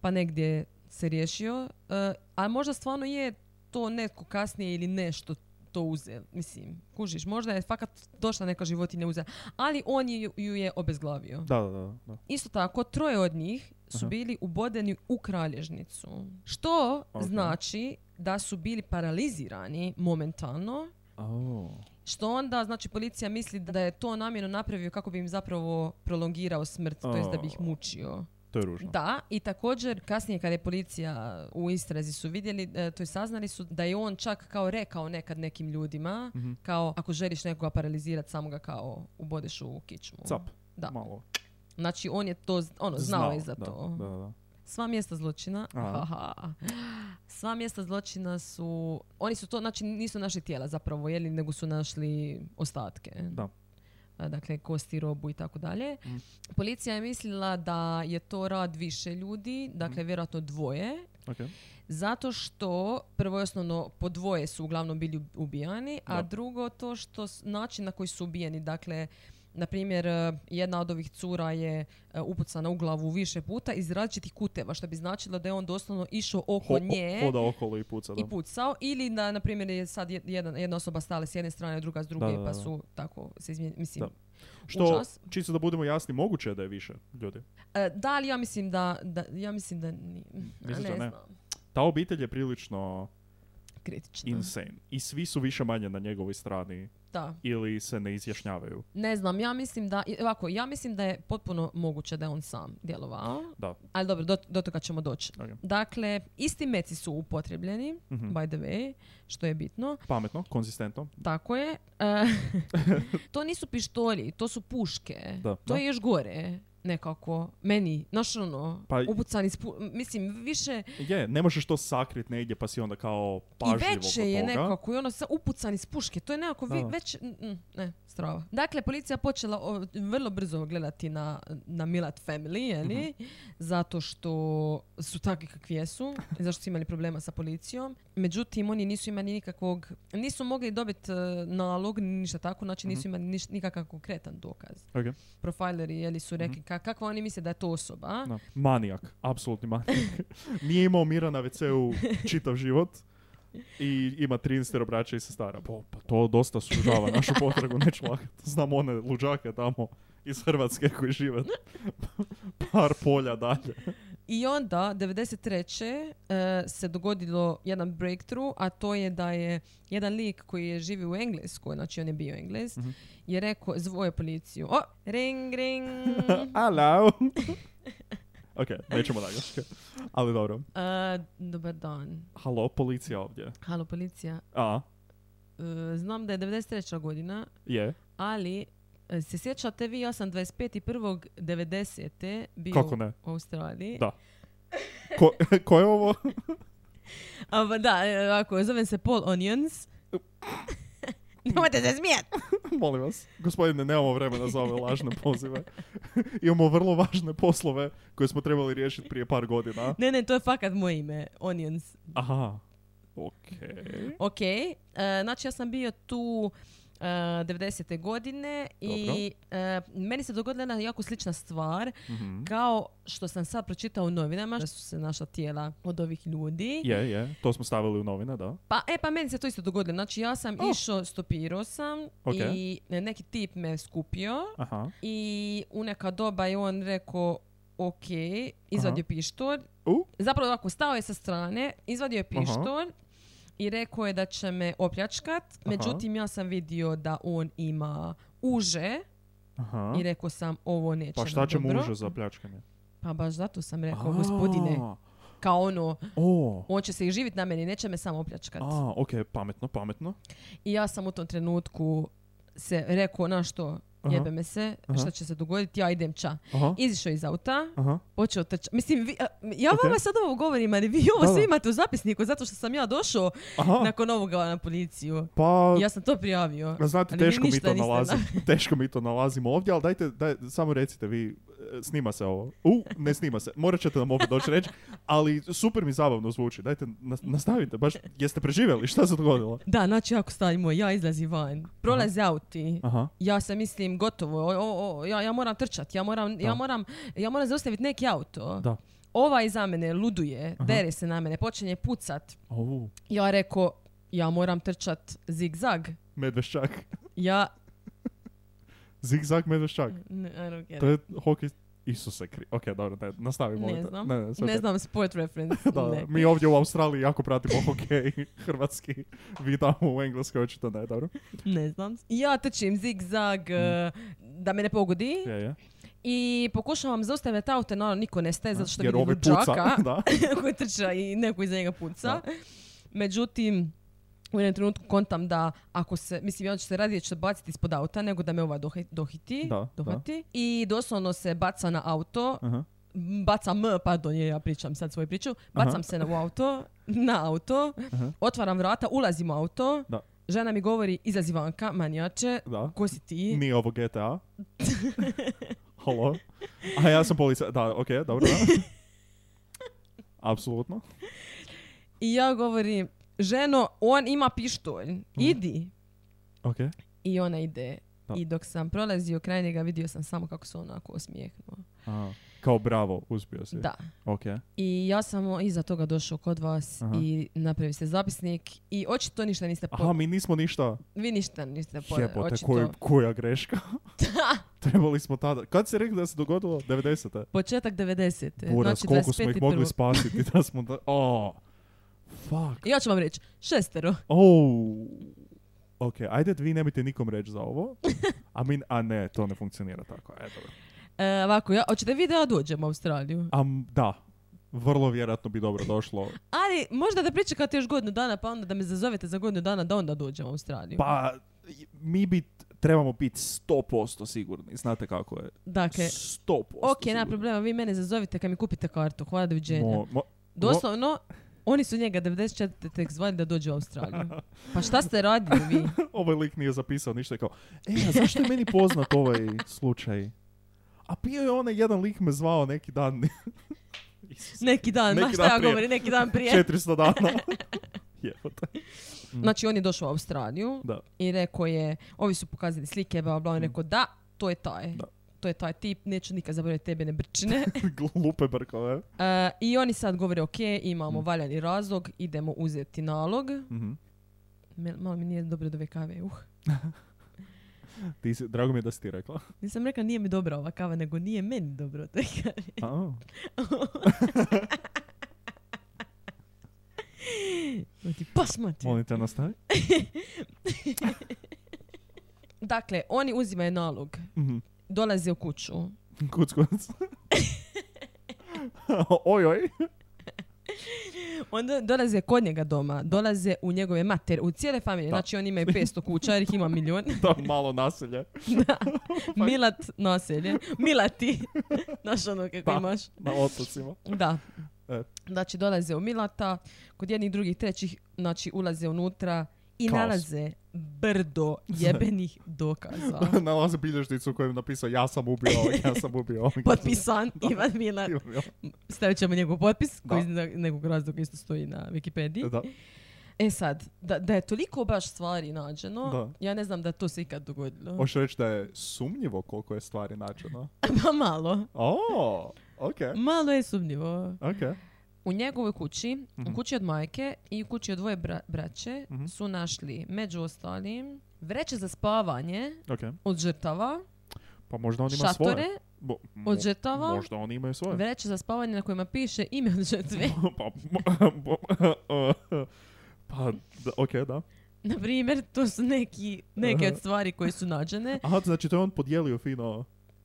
Speaker 5: pa negdje se riješio, eh, a možda stvarno je to netko kasnije ili nešto to uzeo, mislim, kužiš, možda je fakat došla neka životinja uzela, ali on je, ju je obezglavio.
Speaker 6: Da, da, da. da.
Speaker 5: Isto tako, troje od njih su
Speaker 6: Aha.
Speaker 5: bili ubodeni u kralježnicu. Što
Speaker 6: Ok.
Speaker 5: znači da su bili paralizirani momentalno, što onda, znači, policija misli da je to namjerno napravio kako bi im zapravo prolongirao smrt, to jest da bi ih
Speaker 6: Oh.
Speaker 5: mučio.
Speaker 6: To je ružno.
Speaker 5: Da, i također, kasnije kad je policija u istrazi su vidjeli, e, to je saznali su da je on čak kao rekao nekad nekim ljudima,
Speaker 6: Mhm.
Speaker 5: kao ako želiš nekoga paralizirati, samo ga kao ubodeš u kičmu.
Speaker 6: Cap,
Speaker 5: Da.
Speaker 6: malo.
Speaker 5: Znači, on je to, z- ono, znao, je za
Speaker 6: da,
Speaker 5: to.
Speaker 6: Da, da.
Speaker 5: Sva mjesta zločina,
Speaker 6: Aha.
Speaker 5: haha, sva mjesta zločina su, oni su to, znači nisu našli tijela zapravo, jeli, nego su našli ostatke.
Speaker 6: Da.
Speaker 5: E, Dakle, kosti, robu i tako dalje.
Speaker 6: Mm.
Speaker 5: Policija je mislila da je to rad više ljudi,
Speaker 6: Mm.
Speaker 5: dakle, vjerojatno dvoje,
Speaker 6: Ok.
Speaker 5: zato što, prvo i osnovno, po dvoje su uglavnom bili ub- ubijani, a
Speaker 6: Da.
Speaker 5: drugo to što s- način na koji su ubijeni, dakle, na primjer, eh, jedna od ovih cura je eh, upucana u glavu više puta iz različitih kuteva, što bi značilo da je on doslovno išao oko
Speaker 6: Ho- o-
Speaker 5: nje
Speaker 6: Hoda okolo i puca, da.
Speaker 5: i pucao, ili da, na primjer, je sad jed- jedan, jedna osoba stala s jedne strane, druga s druge,
Speaker 6: Da, da, da.
Speaker 5: pa su tako se izmijenili, mislim.
Speaker 6: Da. Što,
Speaker 5: užas.
Speaker 6: čisto da budemo jasni, moguće je da je više ljudi.
Speaker 5: Eh, da, ali ja mislim da, da ja mislim da nije. A
Speaker 6: Misliš da ne?
Speaker 5: znam.
Speaker 6: Ta obitelj je prilično
Speaker 5: Kritično.
Speaker 6: insane. I svi su više manje na njegovoj strani
Speaker 5: da.
Speaker 6: ili se ne izjašnjavaju.
Speaker 5: Ne znam, ja mislim da, i- ovako, ja mislim da je potpuno moguće da je on sam djelovao,
Speaker 6: Da.
Speaker 5: ali dobro, do, do toga ćemo doći.
Speaker 6: Ok.
Speaker 5: Dakle, isti meci su upotrebljeni,
Speaker 6: Mhm.
Speaker 5: by the way, što je bitno.
Speaker 6: Pametno, konzistentno.
Speaker 5: Tako je. E, to nisu pištolji, to su puške.
Speaker 6: Da,
Speaker 5: to
Speaker 6: da.
Speaker 5: je još gore nekako, meni, znaš ono,
Speaker 6: Pa-
Speaker 5: upucani, s pu- mislim, više,
Speaker 6: Je, ne možeš to sakrit negdje pa si onda kao pažljivo
Speaker 5: I
Speaker 6: oko
Speaker 5: veće je
Speaker 6: toga.
Speaker 5: nekako, i ono sa upucan iz puške, to je nekako vi,
Speaker 6: Da.
Speaker 5: već, mm, mm, ne, strava. Dakle, policija počela o, vrlo brzo gledati na, na Milat Family, jeli,
Speaker 6: Mhm.
Speaker 5: zato što su takvi kakvi jesu, i zašto su imali problema sa policijom. Međutim, oni nisu imali nikakvog, nisu mogli dobiti nalog, ni ništa tako, znači
Speaker 6: Mhm.
Speaker 5: nisu imali niš, nikakav konkretan dokaz.
Speaker 6: Ok.
Speaker 5: Profileri jeli, su
Speaker 6: Mhm.
Speaker 5: rekli ka, kakva oni misle da je to osoba.
Speaker 6: Da. Manijak, apsolutni manijak. Nije imao mira na WC-u čitav život i ima 13 braća i sestara. Po, pa to dosta sužava našu potragu, neću lagat. Znam one luđake tamo iz Hrvatske koji žive par polja dalje.
Speaker 5: I onda, 93. e, se dogodilo jedan breakthrough, a to je da je jedan lik koji je živio u Engleskoj, znači on je bio Engles,
Speaker 6: Mhm.
Speaker 5: je rekao, zvoje policiju. O, ring, ring.
Speaker 6: Hello! ok, nećemo dalje. Ali dobro.
Speaker 5: E, dobar dan.
Speaker 6: Halo, policija ovdje.
Speaker 5: Halo, policija.
Speaker 6: A,
Speaker 5: E, znam da je 93. godina,
Speaker 6: je.
Speaker 5: ali e, se sjećate vi, ja sam 25.1.90. bio
Speaker 6: Kako ne?
Speaker 5: u Australiji.
Speaker 6: Da. Ko, ko je ovo?
Speaker 5: A, ba, da, e, ovako, zovem se Paul Onions. Nemojte se smijat!
Speaker 6: Molim vas, gospodine, nemamo vremena za ove lažne pozive. Imamo vrlo važne poslove koje smo trebali riješiti prije par godina.
Speaker 5: Ne, ne, to je fakat moje ime, Onions.
Speaker 6: Aha, okej. Mhm.
Speaker 5: Ok, e, znači ja sam bio tu e, 90. godine i e, meni se dogodila jedna jako slična stvar
Speaker 6: Mhm.
Speaker 5: kao što sam sad pročitao u novinama da su se našla tijela od ovih ljudi.
Speaker 6: Je, je, to smo stavili u novine, da.
Speaker 5: Pa, e, pa meni se to isto dogodilo. Znači, ja sam
Speaker 6: Oh.
Speaker 5: išao, stopirao sam
Speaker 6: Ok.
Speaker 5: i ne- neki tip me skupio
Speaker 6: Aha.
Speaker 5: i u neka doba je on rekao, ok, izvadio pištolj.
Speaker 6: U?
Speaker 5: Zapravo ovako, stao je sa strane, izvadio je
Speaker 6: Aha.
Speaker 5: pištolj i rekao je da će me opljačkat. Međutim, ja sam vidio da on ima uže
Speaker 6: Aha.
Speaker 5: i rekao sam, ovo neće
Speaker 6: Pa šta
Speaker 5: bit
Speaker 6: će mu
Speaker 5: dobro.
Speaker 6: užas za pljačkanje?
Speaker 5: Pa baš zato sam rekao, gospodine,
Speaker 6: A,
Speaker 5: kao ono,
Speaker 6: O,
Speaker 5: on će se i živit na meni, neće me samo opljačkat.
Speaker 6: a, ok, pametno, pametno.
Speaker 5: I ja sam u tom trenutku se rekao, na što,
Speaker 6: Aha.
Speaker 5: jebe me se,
Speaker 6: Aha.
Speaker 5: šta će se dogoditi, ja idem ča.
Speaker 6: Aha,
Speaker 5: Izišao iz auta,
Speaker 6: aha.
Speaker 5: počeo trčati. Mislim, vi- a, ja
Speaker 6: Ok.
Speaker 5: vama sad ovo govorim, ali vi
Speaker 6: Da,
Speaker 5: ovo
Speaker 6: da.
Speaker 5: svi imate u zapisniku zato što sam ja došao
Speaker 6: Aha,
Speaker 5: nakon ovoga na policiju.
Speaker 6: pa...
Speaker 5: Ja sam to prijavio.
Speaker 6: Ma Znate,
Speaker 5: Ali vi
Speaker 6: teško mi,
Speaker 5: ništa
Speaker 6: to
Speaker 5: niste
Speaker 6: nalazimo, teško mi to nalazimo ovdje, ali dajte, daj, samo recite vi, e, snima se ovo. U, ne snima se, morat ćete nam opet doći reći, ali super mi zabavno zvuči, dajte, nas- nastavite, baš, jeste preživjeli, šta se dogodilo?
Speaker 5: Da, znači jako stari moj, ja izlazi van, prolaze auti.
Speaker 6: Aha,
Speaker 5: Ja sam mislim gotovo, o, o, o, ja, ja moram trčat, ja moram, ja moram, ja moram zaustaviti neki auto.
Speaker 6: da.
Speaker 5: Ovaj za mene luduje, dere se na mene, počinje pucat.
Speaker 6: Au,
Speaker 5: Ja reko, ja moram trčat zigzag.
Speaker 6: medveščak.
Speaker 5: Ja...
Speaker 6: Zigzag medveščak.
Speaker 5: Ne, I don't get
Speaker 6: To
Speaker 5: it.
Speaker 6: je hokej... Isuse kri... Ok, dobro, ne, nastavimo. ovaj
Speaker 5: Ne znam.
Speaker 6: Ne, ne, sve
Speaker 5: Ne
Speaker 6: ok.
Speaker 5: znam sport reference.
Speaker 6: Da, da,
Speaker 5: ne.
Speaker 6: mi ovdje u Australiji jako pratimo hokej, hrvatski, vi tamo u Engleskoj očito ne, dobro.
Speaker 5: Ne znam. Ja trčim zigzag e, da me ne pogodi
Speaker 6: Je, je.
Speaker 5: i pokušavam zaustaviti aute, naravno niko ne staje zato što
Speaker 6: Jer
Speaker 5: vidim
Speaker 6: ovi
Speaker 5: luđaka
Speaker 6: puca, da.
Speaker 5: koji trča i neko iza njega puca.
Speaker 6: Da.
Speaker 5: Međutim, u jednom trenutku kontam da ako se, mislim, ja ću se radije ću baciti ispod auta nego da me ova dohe- dohiti,
Speaker 6: Da,
Speaker 5: dohvati. I doslovno se baca na auto,
Speaker 6: Aha.
Speaker 5: bacam, pardon, je, ja pričam sad svoju priču, bacam
Speaker 6: Aha.
Speaker 5: se na u auto, na auto,
Speaker 6: Aha.
Speaker 5: otvaram vrata, ulazim u auto,
Speaker 6: Da.
Speaker 5: žena mi govori, izazi vanka, manijače,
Speaker 6: Da.
Speaker 5: ko si ti?
Speaker 6: Nije ovo GTA. Halo? A ja sam policija. Da, ok, dobro. Da. Apsolutno.
Speaker 5: I ja govorim, ženo, on ima pištolj,
Speaker 6: Mhm.
Speaker 5: idi.
Speaker 6: Ok.
Speaker 5: I ona ide.
Speaker 6: Da.
Speaker 5: I dok sam prolazio kraj njega, vidio sam samo kako se onako osmijehnuo.
Speaker 6: Aha. Kao bravo, uspio si.
Speaker 5: Da.
Speaker 6: Ok.
Speaker 5: I ja sam iza toga došao kod vas
Speaker 6: Aha.
Speaker 5: i napravi se zapisnik i očito ništa niste po...
Speaker 6: Aha, mi nismo ništa.
Speaker 5: Vi ništa niste po...
Speaker 6: Jebote,
Speaker 5: očito.
Speaker 6: koji, koja greška. Trebali smo tada. Kad si rekli da se dogodilo? 90.
Speaker 5: Početak 90.
Speaker 6: Buras,
Speaker 5: znači,
Speaker 6: koliko smo ih
Speaker 5: 25.
Speaker 6: mogli
Speaker 5: prvo.
Speaker 6: spasiti da smo... Da... Oh. Fuck.
Speaker 5: Ja ću vam reći, šestero.
Speaker 6: Oh. Ok, ajde vi nemojte nikom reći za ovo. A, mi, a ne, to ne funkcionira tako. E, dobro.
Speaker 5: E, ovako, ja, hoćete vi da ja dođem u Australiju?
Speaker 6: Am, da, vrlo vjerojatno bi dobro došlo.
Speaker 5: Ali možda da pričekate još godinu dana pa onda da me zazovete za godinu dana da onda dođem u Australiju.
Speaker 6: Pa, mi bi trebamo biti 100% sigurni. Znate kako je?
Speaker 5: dakle,
Speaker 6: 100%
Speaker 5: ok, nema
Speaker 6: sigurni.
Speaker 5: problema, vi mene zazovite kad mi kupite kartu. Hvala, doviđenja.
Speaker 6: Mo- mo-
Speaker 5: Doslovno, oni su njega 94. tek zvali da dođe u Australiju. Pa šta ste radili vi?
Speaker 6: ovaj lik nije zapisao ništa i kao, e, a zašto je meni poznat ovaj slučaj? A bio je onaj jedan lik me zvao neki dan. Isuse,
Speaker 5: Neki dan,
Speaker 6: Neki
Speaker 5: ma šta
Speaker 6: dan
Speaker 5: ja
Speaker 6: prije.
Speaker 5: govorim, neki dan prije.
Speaker 6: 400 dana. Jebote.
Speaker 5: Znači, on je došao u Australiju
Speaker 6: Da. Mm.
Speaker 5: i rekao je, ovi su pokazali slike, bla, bla, on je rekao da, to je taj.
Speaker 6: Da.
Speaker 5: To je taj tip, neću nikad zaboraviti tebe ne brčine.
Speaker 6: Glupe brkove.
Speaker 5: E, I oni sad govore, ok,
Speaker 6: Mm.
Speaker 5: imamo valjani razlog, idemo uzeti nalog.
Speaker 6: Mhm.
Speaker 5: Me- Malo mi nije dobro do ove kave, uh.
Speaker 6: Ti si, drago mi je da si ti rekla.
Speaker 5: Nisam rekla nije mi dobra ova kava, nego nije meni dobro od ove kave.
Speaker 6: A,
Speaker 5: Ma Ti pasmati.
Speaker 6: molim te, nastavi.
Speaker 5: Dakle, oni uzimaju nalog,
Speaker 6: Mhm.
Speaker 5: dolaze u kuću.
Speaker 6: Kuc, kuc. oj, oj.
Speaker 5: Onda dolaze kod njega doma, dolaze u njegove mater, u cijele familije.
Speaker 6: Da.
Speaker 5: Znači oni imaju 500 kuća jer ih ima milion.
Speaker 6: Da, malo naselje.
Speaker 5: Milat naselje. Milati. Znaš ono kako
Speaker 6: Da.
Speaker 5: imaš.
Speaker 6: Na otocima.
Speaker 5: Da.
Speaker 6: Pa. E.
Speaker 5: Znači, dolaze u Milata, kod jednih drugih trećih, znači, ulaze unutra i
Speaker 6: Kaos.
Speaker 5: nalaze brdo jebenih dokaza.
Speaker 6: Nalaze bilješnicu u kojoj je napisao ja sam ubio ovog, ja sam ubio ovog.
Speaker 5: Potpisan Ivan Milan.
Speaker 6: Imam, jel?
Speaker 5: Stavit ćemo njegov potpis,
Speaker 6: Da.
Speaker 5: koji iz ne- nekog razloga isto stoji na Wikipediji.
Speaker 6: Da.
Speaker 5: E sad, da, da je toliko baš stvari nađeno,
Speaker 6: Da.
Speaker 5: ja ne znam da to se ikad dogodilo.
Speaker 6: Hoćeš reći da je sumnjivo koliko je stvari načeno?
Speaker 5: Pa malo.
Speaker 6: O, ok,
Speaker 5: Malo je sumnjivo.
Speaker 6: ok.
Speaker 5: U njegovoj kući,
Speaker 6: Mhm.
Speaker 5: u kući od majke i u kući od dvoje bra- braće
Speaker 6: Mhm.
Speaker 5: su našli, među ostalim, vreće za spavanje
Speaker 6: Ok,
Speaker 5: od žrtava,
Speaker 6: pa možda on ima
Speaker 5: šatore
Speaker 6: svoje. Bo- mo-
Speaker 5: od žrtava,
Speaker 6: Možda oni imaju svoje.
Speaker 5: vreće za spavanje na kojima piše ime od žrtve.
Speaker 6: pa, mo- bo- pa, da, ok, da.
Speaker 5: Na primjer, to su neki, neke
Speaker 6: Aha.
Speaker 5: od stvari koje su nađene.
Speaker 6: Aha, znači to je on podijelio fino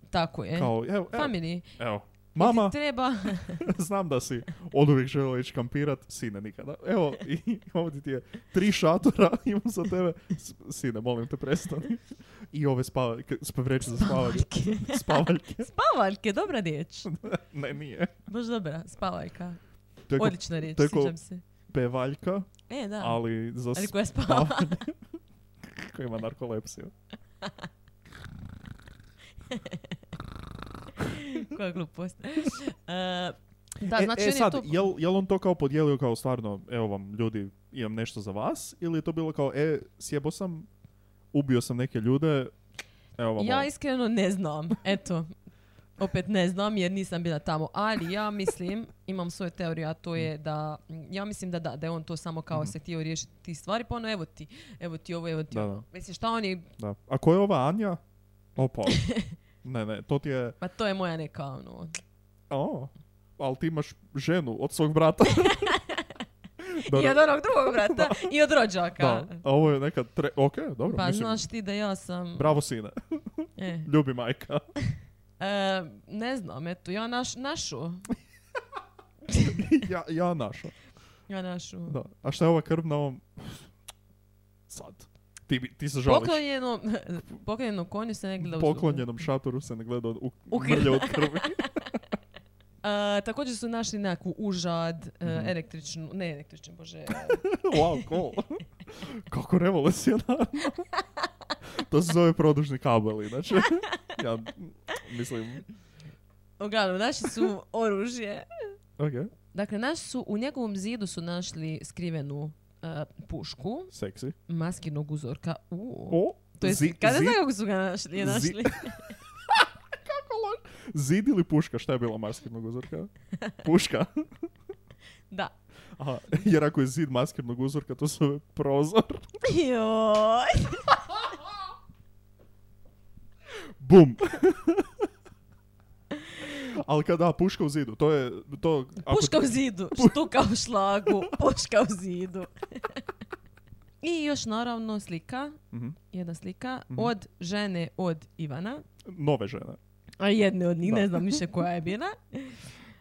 Speaker 5: Tako je.
Speaker 6: kao, evo, evo,
Speaker 5: Family.
Speaker 6: evo. Mama,
Speaker 5: Treba...
Speaker 6: znam da si od uvijek želio ići kampirat, sine nikada. Evo, i ovdje ti je tri šatora, imam za tebe. S- Sine, molim te, prestani. I ove spavaljke, sp- vreće za spavanje. Spavaljke.
Speaker 5: Spavaljke, dobra riječ.
Speaker 6: Ne, nije.
Speaker 5: Baš dobra, spavaljka.
Speaker 6: To je ko
Speaker 5: Odlična riječ,
Speaker 6: to je ko-
Speaker 5: sjećam se.
Speaker 6: pevaljka,
Speaker 5: E, da.
Speaker 6: ali za
Speaker 5: Ali koja spava.
Speaker 6: spavanje. Koja ima narkolepsiju.
Speaker 5: Koja glupost. E, da,
Speaker 6: e,
Speaker 5: znači
Speaker 6: e,
Speaker 5: on
Speaker 6: sad,
Speaker 5: je to...
Speaker 6: jel, jel on to kao podijelio kao stvarno, evo vam ljudi, imam nešto za vas, ili je to bilo kao, e, sjebo sam, ubio sam neke ljude, evo vam ovo.
Speaker 5: Ja iskreno ne znam. Eto, opet ne znam jer nisam bila tamo. Ali ja mislim, imam svoju teoriju, a to
Speaker 6: Mm.
Speaker 5: je da... Ja mislim da da, da je on to samo kao se htio riješiti ti stvari, pa ono evo ti, evo ti ovo, evo ti
Speaker 6: Mm-hmm. Da,
Speaker 5: ovo.
Speaker 6: da.
Speaker 5: Mislim, šta on je...
Speaker 6: Da. A ko je ova Anja? Opa. ne, ne, to ti je...
Speaker 5: Pa to je moja neka, ono...
Speaker 6: O, ali ti imaš ženu od svog brata.
Speaker 5: I od onog drugog brata i od rođaka.
Speaker 6: Ja, da. A ovo je neka... Tre... Ok, dobro.
Speaker 5: Pa
Speaker 6: mislim,
Speaker 5: znaš ti da ja sam...
Speaker 6: Bravo sine.
Speaker 5: E.
Speaker 6: Ljubi majka.
Speaker 5: E, ne znam, eto, ja naš, našu.
Speaker 6: ja, ja naša.
Speaker 5: Ja našu.
Speaker 6: Da. A šta je ova krv na ovom... Sad. Ti, bi- ti se žališ.
Speaker 5: Poklonjeno, poklonjeno konju se ne gleda u zubu.
Speaker 6: Poklonjenom šatoru se ne gleda u,
Speaker 5: U
Speaker 6: u
Speaker 5: krv.
Speaker 6: mrlje od krvi.
Speaker 5: E, također su našli nekakvu užad, e,
Speaker 6: Mhm.
Speaker 5: električnu, ne električnu, bože, e,
Speaker 6: wow, cool. Kako revolucionarno. to se zove produžni kabel, inače. ja mislim...
Speaker 5: uglavnom, našli su oružje.
Speaker 6: Ok,
Speaker 5: Dakle, naš su, u njegovom zidu su našli skrivenu e, pušku
Speaker 6: seksi.
Speaker 5: maskinog uzorka. U,
Speaker 6: O,
Speaker 5: to je,
Speaker 6: zi-
Speaker 5: kada
Speaker 6: zid,
Speaker 5: znaš kako su ga našli? je
Speaker 6: zi-
Speaker 5: našli?
Speaker 6: zid ili puška? Šta je bila maskirnog uzorka? Puška.
Speaker 5: Da.
Speaker 6: Aha, jer ako je zid maskirnog uzorka, to se zove prozor.
Speaker 5: Joj.
Speaker 6: Bum! Ali kada, puška u zidu, to je... To, ako
Speaker 5: Puška u
Speaker 6: ti-
Speaker 5: zidu, štuka u šlagu, puška u zidu. I još naravno slika,
Speaker 6: Mhm.
Speaker 5: jedna slika
Speaker 6: Mhm.
Speaker 5: od žene od Ivana,
Speaker 6: Nove žene.
Speaker 5: a jedne od njih,
Speaker 6: Da.
Speaker 5: ne znam više koja je bila.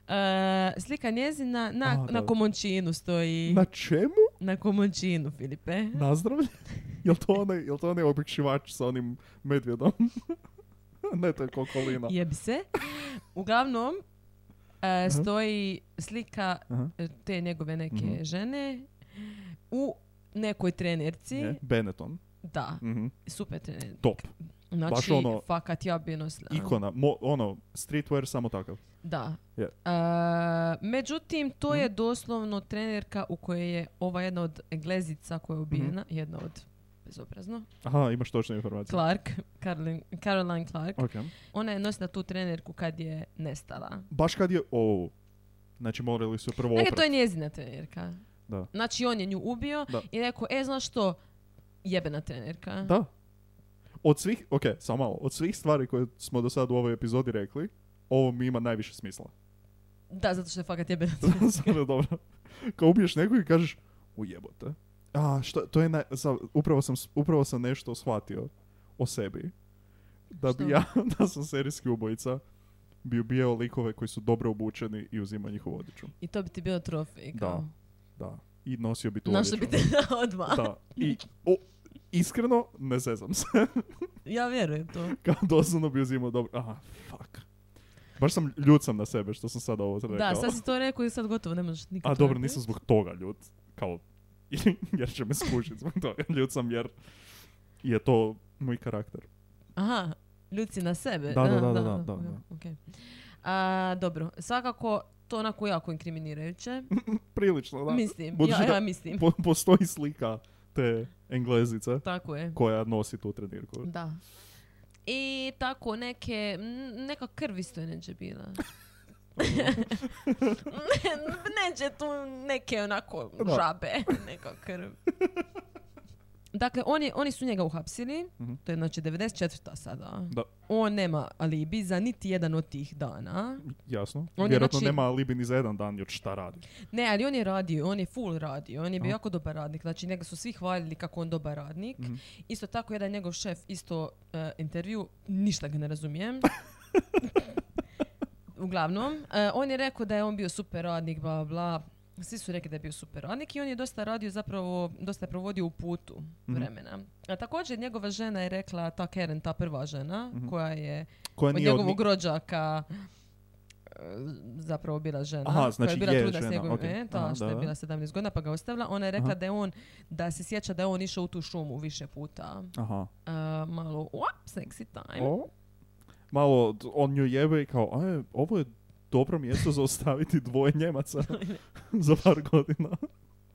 Speaker 5: E, slika njezina na,
Speaker 6: A,
Speaker 5: na
Speaker 6: da.
Speaker 5: komončinu stoji.
Speaker 6: Na čemu?
Speaker 5: Na komončinu, Filipe.
Speaker 6: Nazdravlje? Jel to onaj, jel to onaj objekšivač sa onim medvjedom? ne, to je kokolina.
Speaker 5: Jebi se. Uglavnom, e,
Speaker 6: Aha.
Speaker 5: stoji slika
Speaker 6: Aha.
Speaker 5: e, te njegove neke
Speaker 6: Mhm.
Speaker 5: žene u nekoj trenerci.
Speaker 6: Je, Benetton.
Speaker 5: Da,
Speaker 6: Mhm.
Speaker 5: super trenerci.
Speaker 6: Top.
Speaker 5: Znači,
Speaker 6: Baš ono-
Speaker 5: fakat ja bi nosila.
Speaker 6: Ikona. Mo, ono, streetwear samo takav.
Speaker 5: Da.
Speaker 6: Je. Mhm.
Speaker 5: E, međutim, to je doslovno trenerka u kojoj je ova jedna od englezica koja je ubijena,
Speaker 6: Mhm.
Speaker 5: jedna od bezobrazno,
Speaker 6: Aha, imaš točne informacije.
Speaker 5: Clark, Caroline, Caroline Clark.
Speaker 6: Ok.
Speaker 5: Ona je nosila tu trenerku kad je nestala.
Speaker 6: Baš kad je ovo. Znači morali su prvo
Speaker 5: Dakle, to je
Speaker 6: oprat.
Speaker 5: njezina trenerka.
Speaker 6: Da.
Speaker 5: Znači, on je nju ubio
Speaker 6: Da.
Speaker 5: i rekao, e, znaš što, jebena trenerka.
Speaker 6: Da. Od svih, ok, samo malo, od svih stvari koje smo do sad u ovoj epizodi rekli, ovo mi ima najviše smisla.
Speaker 5: Da, zato što je fakat jebena trenerka.
Speaker 6: Zato je dobro. Kao ubiješ nekog i kažeš, ujebote. A, što, to je, naj- za- upravo, sam, s- upravo sam nešto shvatio o sebi. Da bi
Speaker 5: Što?
Speaker 6: ja, da sam serijski ubojica, bi ubijao likove koji su dobro obučeni i uzimao njihovu odjeću.
Speaker 5: I to bi ti bio trofej.
Speaker 6: Da,
Speaker 5: kao.
Speaker 6: Da. I nosio bi tu
Speaker 5: Našla bi
Speaker 6: odjeću.
Speaker 5: te odmah.
Speaker 6: Da. I, o, iskreno, ne zezam se.
Speaker 5: Ja vjerujem to.
Speaker 6: Kao doslovno bi uzimao dobro. Aha, fuck. Baš sam ljut sam na sebe što sam sad ovo rekao.
Speaker 5: Da, sad si to rekao i sad gotovo, ne možeš nikako
Speaker 6: A dobro, nisam zbog toga ljut. Kao, jer će me skušiti zbog toga. Ljut sam jer je to moj karakter.
Speaker 5: Aha, ljud si na sebe.
Speaker 6: Da, da,
Speaker 5: Aha,
Speaker 6: da, da, da, da,
Speaker 5: okej. A, dobro, svakako to onako jako inkriminirajuće.
Speaker 6: Prilično, da.
Speaker 5: Mislim,
Speaker 6: Budući
Speaker 5: ja,
Speaker 6: da-
Speaker 5: ja mislim.
Speaker 6: Po- postoji slika te englezice
Speaker 5: Tako je.
Speaker 6: koja nosi tu trenirku.
Speaker 5: Da. I tako neke, m, neka krv isto je neđe bila. neđe tu neke onako
Speaker 6: Da.
Speaker 5: žabe, neka krv. Dakle, oni, oni su njega uhapsili,
Speaker 6: Mhm.
Speaker 5: to je znači 94. sada.
Speaker 6: Da.
Speaker 5: On nema alibi za niti jedan od tih dana.
Speaker 6: Jasno.
Speaker 5: On je,
Speaker 6: Vjerojatno
Speaker 5: znači-
Speaker 6: nema alibi ni za jedan dan, jer šta radi.
Speaker 5: Ne, ali on je radio, on je full radio, on je bio
Speaker 6: Aha.
Speaker 5: jako dobar radnik. Znači, njega su svi hvalili kako on dobar radnik.
Speaker 6: Mhm.
Speaker 5: Isto tako, jedan njegov šef, isto e, intervju, ništa ga ne razumijem. Uglavnom, e, on je rekao da je on bio super radnik, bla, bla, bla. Svi su rekli da je bio super radnik i on je dosta radio, zapravo, dosta je provodio u putu
Speaker 6: Mhm.
Speaker 5: vremena. A također, njegova žena je rekla, ta Karen, ta prva žena,
Speaker 6: Mhm.
Speaker 5: koja je
Speaker 6: Koja
Speaker 5: od
Speaker 6: nije od
Speaker 5: njegovog
Speaker 6: ni-
Speaker 5: rođaka e, zapravo bila žena.
Speaker 6: Aha,
Speaker 5: koja
Speaker 6: znači
Speaker 5: je bila
Speaker 6: je
Speaker 5: trudna s
Speaker 6: žena,
Speaker 5: njegovim,
Speaker 6: okej.
Speaker 5: e, ta
Speaker 6: Aha,
Speaker 5: što
Speaker 6: da,
Speaker 5: je
Speaker 6: da.
Speaker 5: bila 17 godina pa ga ostavila. Ona je rekla
Speaker 6: Aha.
Speaker 5: da je on, da se sjeća da je on išao u tu šumu više puta.
Speaker 6: Aha.
Speaker 5: E, malo, uap, sexy time.
Speaker 6: O, malo d- on nju jebe i kao, e, ovo je dobro mjesto za ostaviti dvoje Njemaca za par godina.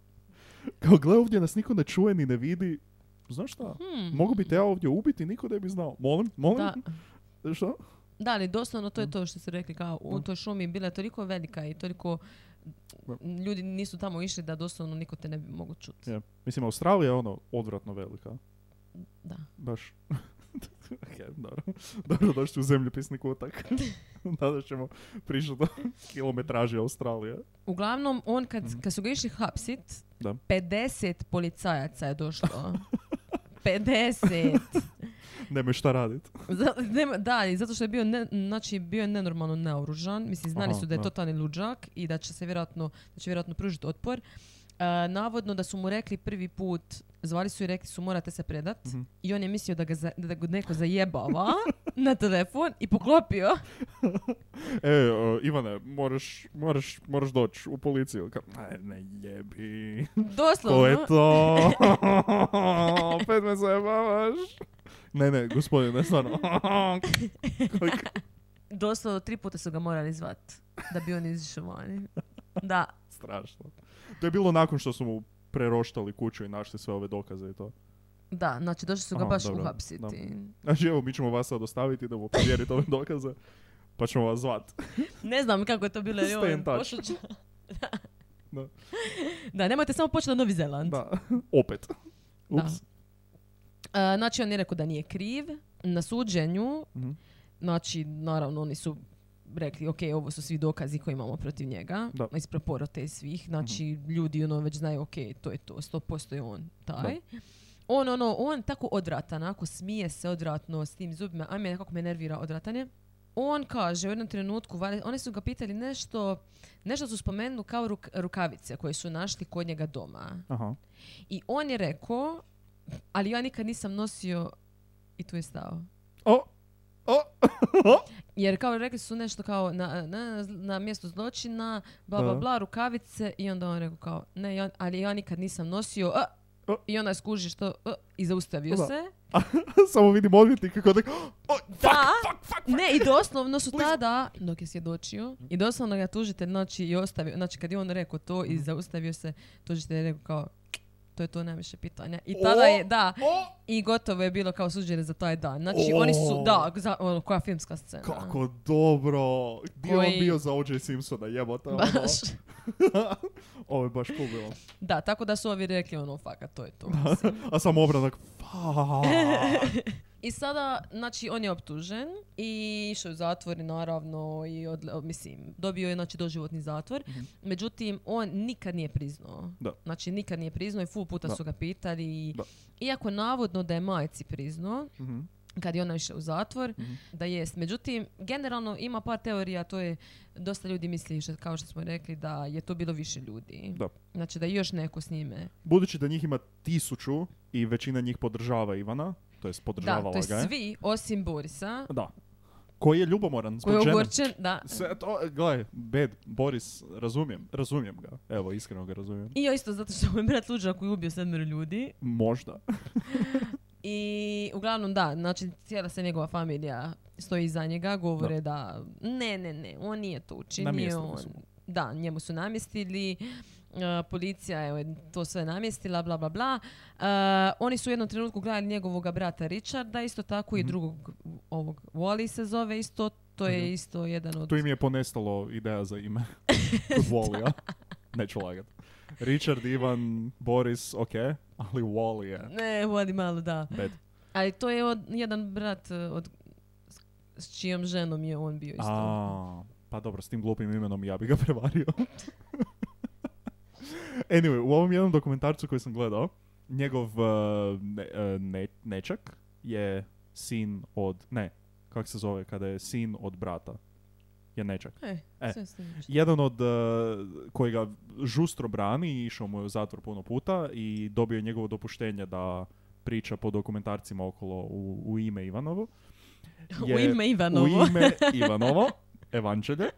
Speaker 6: Kao, gle, ovdje nas niko ne čuje ni ne vidi. Znaš šta?
Speaker 5: Hmm.
Speaker 6: Mogu bi te ja ovdje ubiti, niko ne bi znao. Molim, molim.
Speaker 5: Da,
Speaker 6: Što?
Speaker 5: da, ali doslovno to je to što su rekli, kao u toj šumi bila je toliko velika i toliko ljudi nisu tamo išli da doslovno niko te ne bi mogu čuti.
Speaker 6: Je. Mislim, Australija je ono odvratno velika.
Speaker 5: Da.
Speaker 6: Baš. Ok, dobro. Dobro, došli ste u zemljopisni kutak. Tada ćemo prišli do kilometraže Australije.
Speaker 5: Uglavnom, on kad, kad su ga išli hapsit,
Speaker 6: Mhm. Da.
Speaker 5: 50 policajaca je došlo. 50.
Speaker 6: Nemoj šta radit.
Speaker 5: Za- nema- da, i zato što je bio, ne, znači, bio je nenormalno naoružan. Mislim, znali
Speaker 6: Aha,
Speaker 5: su da je
Speaker 6: da.
Speaker 5: totalni luđak i da će se vjerojatno, da će vjerojatno pružiti otpor. E, navodno da su mu rekli prvi put, zvali su i rekli su morate se predat
Speaker 6: Mhm.
Speaker 5: i on je mislio da ga, za- da ga neko zajebava na telefon i poklopio.
Speaker 6: E, e, Ivane, moraš, moraš, moraš doći u policiju. Ka- "Aj, ne jebi. To je
Speaker 5: Doslovno.
Speaker 6: to. Opet me zajebavaš. Ne, ne, gospodine, stvarno.
Speaker 5: Doslovno tri puta su ga morali zvat da bi on izišao vani. Da,
Speaker 6: Strašno. To je bilo nakon što su mu preroštali kuću i našli sve ove dokaze i to.
Speaker 5: da, znači došli su ga
Speaker 6: Aha,
Speaker 5: baš
Speaker 6: dobro,
Speaker 5: uhapsiti.
Speaker 6: Znači, evo, mi ćemo vas sad ostaviti da mu provjerite ove dokaze, pa ćemo vas zvat.
Speaker 5: Ne znam kako je to bilo. ovaj
Speaker 6: Stay
Speaker 5: joj,
Speaker 6: in touch.
Speaker 5: pošuća. da.
Speaker 6: Da.
Speaker 5: nemojte samo početi na Novi Zeland.
Speaker 6: Da, opet. Ups.
Speaker 5: E, znači, on je rekao da nije kriv. Na suđenju,
Speaker 6: Mhm.
Speaker 5: znači, naravno, oni su rekli, ok, ovo su svi dokazi koje imamo protiv njega,
Speaker 6: Da. Mhm.
Speaker 5: ispred porote i svih, znači, ljudi, ono, već znaju, ok, to je to, 100% je on taj. On, ono, on tako odvratan, ako smije se odvratno s tim zubima, a mene kako me nervira odvratanje. On kaže u jednom trenutku, valjda- oni su ga pitali nešto, nešto su spomenuli kao ruk- rukavice koje su našli kod njega doma.
Speaker 6: Aha.
Speaker 5: I on je rekao, ali ja nikad nisam nosio i tu je stao.
Speaker 6: O! O!
Speaker 5: Jer kao rekli su nešto kao na, na, na mjestu zločina, bla, bla,
Speaker 6: Da.
Speaker 5: bla, rukavice i onda on je rekao kao, ne, ja, ali ja nikad nisam nosio, a,
Speaker 6: O.
Speaker 5: i onda skuži što, a, i zaustavio
Speaker 6: Da.
Speaker 5: se.
Speaker 6: Samo vidim odvjetnika kako tako... O,
Speaker 5: Da,
Speaker 6: fuck, fuck, fuck, fuck.
Speaker 5: ne, i doslovno su
Speaker 6: Please.
Speaker 5: tada, dok je svjedočio, i doslovno ga tužitelj, znači, i ostavio, znači, kad je on rekao to i zaustavio se, tužitelj je rekao kao, to je to najviše pitanja. I tada
Speaker 6: O.
Speaker 5: je, da,
Speaker 6: O!
Speaker 5: I gotovo je bilo kao suđenje za taj dan. Znači,
Speaker 6: O.
Speaker 5: oni su, da, za, ono, koja filmska scena.
Speaker 6: Kako dobro! Gdje je
Speaker 5: Koji-
Speaker 6: on bio za O.J. Simpsona, jebota? ono?
Speaker 5: Baš.
Speaker 6: Ovo je baš pobilo.
Speaker 5: Da, tako da su ovi rekli, ono, fakat, to je to.
Speaker 6: A sam obranak, fuck.
Speaker 5: I sada, znači, on je optužen i išao je u zatvor i naravno, i odle- mislim, dobio je, znači, doživotni zatvor. Međutim, on nikad nije priznao.
Speaker 6: Mhm. Da.
Speaker 5: Znači, nikad nije priznao i ful puta
Speaker 6: Da.
Speaker 5: su ga pitali. i-
Speaker 6: Da.
Speaker 5: Iako navodno da je majci priznao,
Speaker 6: Mhm.
Speaker 5: kad je ona išla u zatvor, da jest. Međutim, generalno ima par teorija, to je, dosta ljudi misli, što- kao što smo rekli, da je to bilo više ljudi.
Speaker 6: Da.
Speaker 5: Znači da je još neko s njime.
Speaker 6: Budući da njih ima tisuću i većina njih podržava Ivana, to jest
Speaker 5: Da,
Speaker 6: podržavala
Speaker 5: to je
Speaker 6: ga je.
Speaker 5: svi, osim Borisa,
Speaker 6: Da. koji je ljubomoran zbog
Speaker 5: Koji je
Speaker 6: žene.
Speaker 5: ogorčen, da.
Speaker 6: Sve to, gledaj, bed, Boris, razumijem, razumijem ga. Evo, iskreno ga razumijem.
Speaker 5: I ja isto zato što mu je brat luđa koji je ubio sedmero ljudi.
Speaker 6: Možda.
Speaker 5: I uglavnom da, znači cijela se njegova familija stoji iza njega, govore da, ne, ne, ne, on nije to
Speaker 6: Namjestili
Speaker 5: učinio. On,
Speaker 6: su mu.
Speaker 5: da, njemu su namjestili, e, policija je to sve namjestila, bla, bla, bla. E, oni su u jednom trenutku gledali njegovog brata Richarda, isto tako i
Speaker 6: Mhm.
Speaker 5: drugog, ovog Wally se zove isto, to je
Speaker 6: Mhm.
Speaker 5: isto jedan od...
Speaker 6: Tu im je ponestalo ideja za ime. Kod Wally-a. Neću lagat. Richard, Ivan, Boris, ok, ali Wally je
Speaker 5: Ne, Wally malo, da.
Speaker 6: bed.
Speaker 5: Ali to je od, jedan brat e, od, s, s čijom ženom je on bio isto.
Speaker 6: A, pa dobro, s tim glupim imenom ja bi ga prevario. anyway, u ovom jednom dokumentarcu koji sam gledao, njegov uh, ne, uh, ne- nečak je sin od, ne, kak se zove, kada je sin od brata, je nečak.
Speaker 5: E,
Speaker 6: E.
Speaker 5: sve ste ništa.
Speaker 6: Jedan od uh, koji ga žustro brani i išao mu je u zatvor puno puta i dobio je njegovo dopuštenje da priča po dokumentarcima okolo u, u ime Ivanovo.
Speaker 5: U
Speaker 6: je-
Speaker 5: ime Ivanovo.
Speaker 6: U ime Ivanovo, Evanđelje.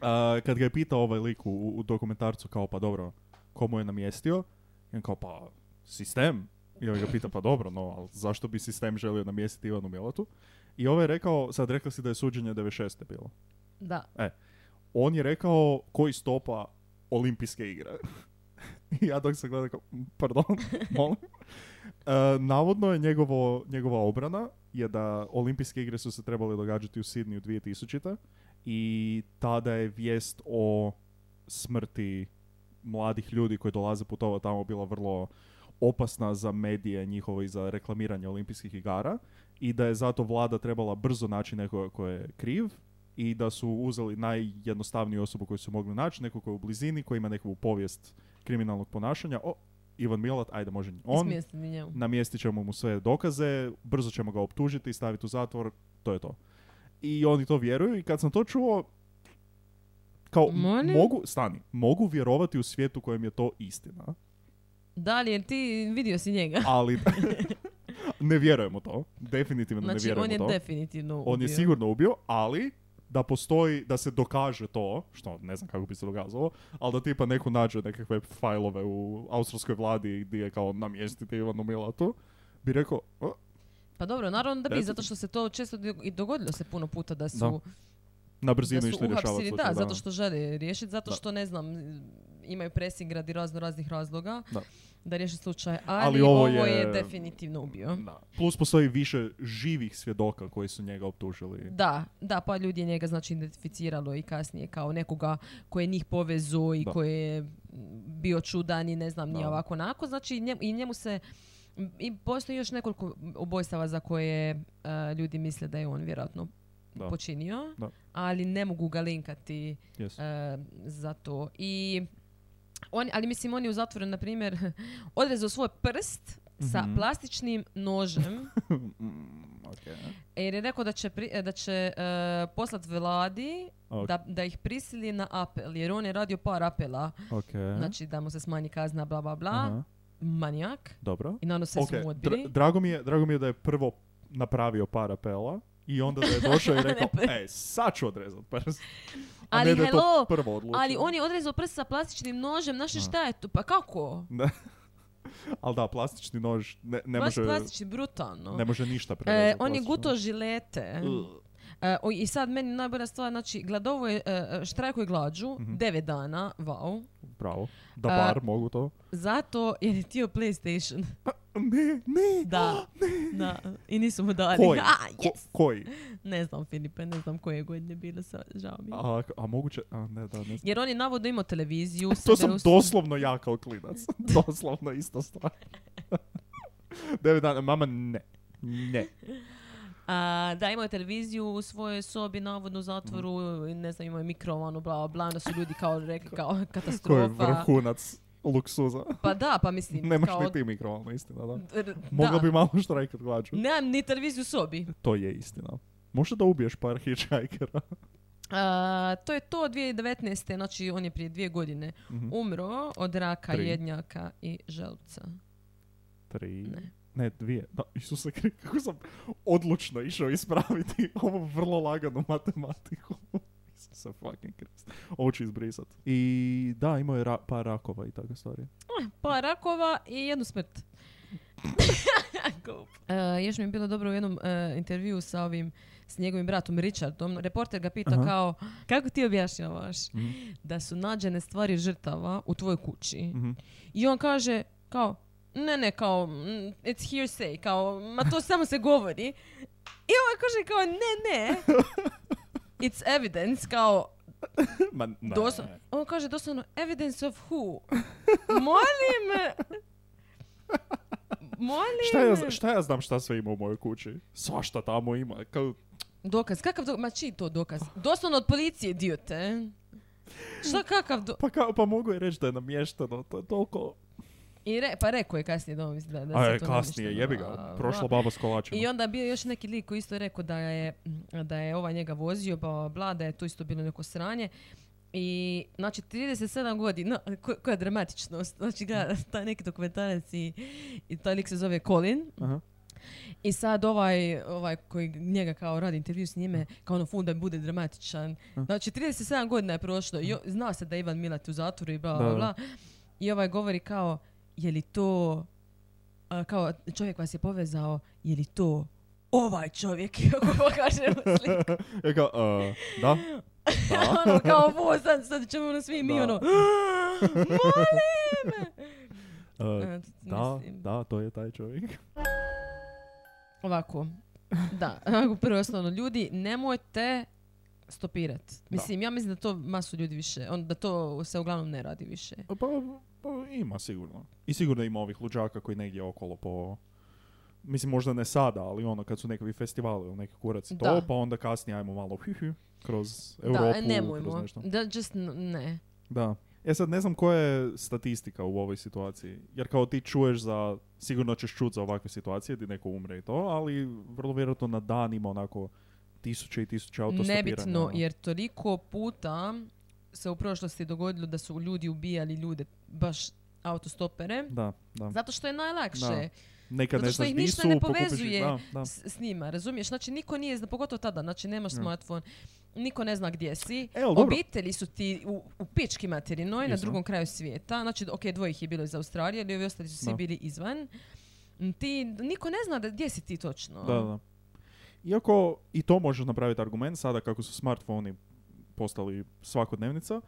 Speaker 6: A, kad ga je pitao ovaj lik u, u dokumentarcu kao pa dobro, komu je namjestio? I on kao pa sistem. I ovaj ga pita pa dobro, no ali zašto bi sistem želio namjestiti Ivanu Milatu? I ovaj je rekao, sad rekla si da je suđenje 96. bilo.
Speaker 5: Da.
Speaker 6: On je rekao koji stopa olimpijske igre. I ja dok sam gledao kao, pardon, molim. E, navodno je njegovo, njegova obrana je da olimpijske igre su se trebale događati u Sidniju 2000. I tada je vijest o smrti mladih ljudi koji dolaze putova tamo bila vrlo opasna za medije njihovo i za reklamiranje olimpijskih igara i da je zato vlada trebala brzo naći nekoga ko je kriv i da su uzeli najjednostavniju osobu koju su mogli naći, nekog koji je u blizini, koji ima neku povijest kriminalnog ponašanja. O, Ivan Milat, ajde može on,
Speaker 5: Izmjestili njemu.
Speaker 6: namjestit ćemo mu sve dokaze, brzo ćemo ga optužiti i staviti u zatvor, to je to. I oni to vjeruju i kad sam to čuo, kao, m-
Speaker 5: Molim?
Speaker 6: mogu, stani, mogu vjerovati u svijetu u kojem je to istina,
Speaker 5: Da li je ti vidio si njega?
Speaker 6: ali ne vjerujemo to, definitivno ne
Speaker 5: Znači,
Speaker 6: vjerujemo
Speaker 5: on je
Speaker 6: to.
Speaker 5: definitivno
Speaker 6: on je
Speaker 5: ubio.
Speaker 6: sigurno ubio, ali da postoji, da se dokaže to, što ne znam kako bi se dokazalo, ali da tipa neko nađe nekakve fajlove u australskoj vladi gdje je kao namjestiti Ivanu Milatu, bi rekao, "O,
Speaker 5: Pa dobro, naravno da bi,
Speaker 6: Eto.
Speaker 5: zato što se to često do- i dogodilo se puno puta da su,
Speaker 6: Da, na brzinu
Speaker 5: da su
Speaker 6: išli rješavati
Speaker 5: uhapsili,
Speaker 6: slučaj.
Speaker 5: da, zato što žele riješiti, zato
Speaker 6: Da.
Speaker 5: što ne znam, imaju pressing radi razno raznih razloga
Speaker 6: Da.
Speaker 5: da, riješe slučaj, ali,
Speaker 6: Ali ovo
Speaker 5: ovo,
Speaker 6: je-
Speaker 5: je... definitivno ubio.
Speaker 6: Da. Plus postoji više živih svjedoka koji su njega optužili.
Speaker 5: Da, da, pa ljudi je njega znači identificiralo i kasnije kao nekoga koji je njih povezu i
Speaker 6: Da.
Speaker 5: koji je m, bio čudan i ne znam, nije
Speaker 6: Da.
Speaker 5: ovako onako. Znači njem- i njemu se m, i postoji još nekoliko ubojstava za koje e, ljudi misle da je on vjerojatno
Speaker 6: Da.
Speaker 5: počinio,
Speaker 6: Da.
Speaker 5: ali ne mogu ga linkati
Speaker 6: Yes.
Speaker 5: e, za to. I on, ali mislim, on je u zatvoru, na primjer, odrezao svoj prst sa
Speaker 6: Mhm.
Speaker 5: plastičnim nožem
Speaker 6: Mm, ok.
Speaker 5: E, jer je rekao da će, pri, da će e, poslat vladi
Speaker 6: Ok,
Speaker 5: da, da ih prisili na apel, jer on je radio par apela,
Speaker 6: ok.
Speaker 5: znači da mu se smanji kazna, bla, bla, bla,
Speaker 6: Aha,
Speaker 5: manijak.
Speaker 6: Dobro.
Speaker 5: I naravno sve
Speaker 6: Ok,
Speaker 5: su mu
Speaker 6: dra-
Speaker 5: odbili.
Speaker 6: drago, mi je, drago mi je da je prvo napravio par apela i onda da je došao i rekao,
Speaker 5: Ne,
Speaker 6: e, sad ću odrezat prst. A
Speaker 5: Ali
Speaker 6: ne da je to
Speaker 5: hello,
Speaker 6: prvo odlučio.
Speaker 5: ali on je odrezao prst sa plastičnim nožem, znaš li
Speaker 6: Aha.
Speaker 5: šta je tu, pa kako?
Speaker 6: Ali da, plastični nož ne, ne,
Speaker 5: Baš
Speaker 6: može,
Speaker 5: plastični, brutalno.
Speaker 6: ne može ništa prerezati.
Speaker 5: E, on je
Speaker 6: plastični
Speaker 5: guto
Speaker 6: nož.
Speaker 5: žilete.
Speaker 6: Ugh.
Speaker 5: E, o, I sad meni najbolja stvar, znači gladovo je, e, štrajko je glađu,
Speaker 6: Mhm.
Speaker 5: devet dana, wow.
Speaker 6: Bravo. Da
Speaker 5: E,
Speaker 6: bar mogu to.
Speaker 5: Zato jer je htio Playstation.
Speaker 6: Ne, ne.
Speaker 5: Da, da. I nisu mu dali.
Speaker 6: Koji?
Speaker 5: A,
Speaker 6: Ko-
Speaker 5: yes!
Speaker 6: koji?
Speaker 5: Ne znam Filipe, ne znam koje godine bilo, sa, žao mi je.
Speaker 6: A, a moguće... A, ne, da, ne znam.
Speaker 5: Jer on je navodno imao televiziju.
Speaker 6: To
Speaker 5: sebe
Speaker 6: sam
Speaker 5: us-
Speaker 6: doslovno ja kao klinac. Doslovno ista stvar. Devet dana, mama ne. Ne.
Speaker 5: A, da, imao je televiziju u svojoj sobi, navodno u zatvoru, ne znam, imao je mikrofon, ono, bla, bla, onda su ljudi kao rekli kao
Speaker 6: Koji Mhm. je
Speaker 5: katastrofa.
Speaker 6: vrhunac luksuza.
Speaker 5: Pa da, pa mislim,
Speaker 6: Nemaš
Speaker 5: kao...
Speaker 6: ni ti mikrovalna, istina, da. Mm.
Speaker 5: r-
Speaker 6: Mogla
Speaker 5: da.
Speaker 6: bi malo štrajkat glađu.
Speaker 5: Nemam ni televiziju u sobi.
Speaker 6: To je istina. Možda da ubiješ par hitchhikera.
Speaker 5: A, to je to 2019. Znači, on je prije dvije godine
Speaker 6: Mhm.
Speaker 5: umro od raka
Speaker 6: Tri.
Speaker 5: jednjaka i želuca.
Speaker 6: Tri.
Speaker 5: Ne.
Speaker 6: ne, dvije. Da, Isuse, Krist, kako sam odlučno išao ispraviti ovu vrlo laganu matematiku. Isuse fucking Krist. Ovo ću izbrisat. I da, imao je ra- par rakova i takve stvari.
Speaker 5: Pa rakova i jednu smrt. Glup. E, još mi je bilo dobro u jednom e, intervju sa ovim s njegovim bratom Richardom. Reporter ga pita
Speaker 6: Aha.
Speaker 5: kao, kako ti objašnjavaš
Speaker 6: Mhm.
Speaker 5: da su nađene stvari žrtava u tvojoj kući?
Speaker 6: Mhm.
Speaker 5: I on kaže kao, ne, ne, kao, mm, it's hearsay, kao, ma to samo se govori. I ovaj kaže kao, ne, ne, it's evidence, kao,
Speaker 6: Ma, ne.
Speaker 5: doslovno, on kaže doslovno, evidence of who? Molim, molim,
Speaker 6: Šta ja, šta ja znam šta sve ima u mojoj kući? Svašta tamo ima. Kao,
Speaker 5: dokaz, kakav dokaz, ma čiji to dokaz? Doslovno od policije, idiote. Šta kakav do...
Speaker 6: pa, kao, pa mogu je reći da je namješteno. To je toliko...
Speaker 5: I re, pa rekao je kasnije da, mislim da, da se
Speaker 6: A je,
Speaker 5: to
Speaker 6: kasnije,
Speaker 5: namješteno,
Speaker 6: jebi
Speaker 5: a,
Speaker 6: ga.
Speaker 5: da.
Speaker 6: Prošla baba s kolačima.
Speaker 5: I onda je bio još neki lik koji isto je rekao da je, da je ovaj njega vozio, bla, bla, bla, da je tu isto bilo neko sranje. I, znači, 37 godina, ko- koja dramatičnost. Znači, gleda, taj neki dokumentarac i, i taj lik se zove Colin.
Speaker 6: Aha.
Speaker 5: I sad ovaj, ovaj koji njega kao radi intervju s njime, kao ono funda bude dramatičan. Znači, 37 godina je prošlo i o- zna se da je Ivan Milat u zatvoru i bla,
Speaker 6: Da,
Speaker 5: bla,
Speaker 6: da.
Speaker 5: bla. I ovaj govori kao, je li to a, kao čovjek vas je povezao, je li to ovaj čovjek, kako pokažemo sliku.
Speaker 6: Ja kao, e, da? Da?
Speaker 5: ono, kao ovo, sad, sad ćemo ono svi mi,
Speaker 6: Da.
Speaker 5: ono, molim!
Speaker 6: E,
Speaker 5: E,
Speaker 6: da,
Speaker 5: mislim,
Speaker 6: da, to je taj čovjek.
Speaker 5: Ovako, da, ovako prvo i osnovno, ljudi, nemojte stopirat. Mislim, ja mislim da to masu ljudi više, on, da to se uglavnom ne radi više.
Speaker 6: Pa, pa ima sigurno. I sigurno ima ovih luđaka koji negdje okolo po... Mislim, možda ne sada, ali ono kad su nekakvi festivali ili neki kurac i to,
Speaker 5: Da.
Speaker 6: pa onda kasnije ajmo malo hi, hi, kroz Europu,
Speaker 5: da, e,
Speaker 6: kroz
Speaker 5: nemojmo.
Speaker 6: nešto.
Speaker 5: Da, just n- ne.
Speaker 6: Da. E sad ne znam koja je statistika u ovoj situaciji, jer kao ti čuješ za, sigurno ćeš čut za ovakve situacije di neko umre i to, ali vrlo vjerojatno na dan ima onako tisuće i tisuće autostopiranja.
Speaker 5: Nebitno,
Speaker 6: ono.
Speaker 5: jer toliko puta se u prošlosti dogodilo da su ljudi ubijali ljude, baš autostopere,
Speaker 6: Da, da.
Speaker 5: zato što je najlakše.
Speaker 6: Da. Nekad
Speaker 5: Zato
Speaker 6: ne
Speaker 5: što
Speaker 6: znaš
Speaker 5: ih
Speaker 6: di
Speaker 5: ništa
Speaker 6: su,
Speaker 5: ne
Speaker 6: pokupiš ih-
Speaker 5: povezuje
Speaker 6: Da, da.
Speaker 5: s, s njima, razumiješ? Znači, niko nije, zna- pogotovo tada, znači, nemaš
Speaker 6: Mm.
Speaker 5: smartphone, niko ne zna gdje si,
Speaker 6: E, ali dobro.
Speaker 5: obitelji su ti u, u pički materinoj na
Speaker 6: Jesam.
Speaker 5: drugom kraju svijeta, znači, ok, dvoje ih je bilo iz Australije, ali ovi ostali su svi
Speaker 6: Da.
Speaker 5: bili izvan. M, Ti, niko ne zna da, gdje si ti točno.
Speaker 6: Da, da. Iako i to možeš napraviti argument sada kako su smartfoni postali svakodnevnica,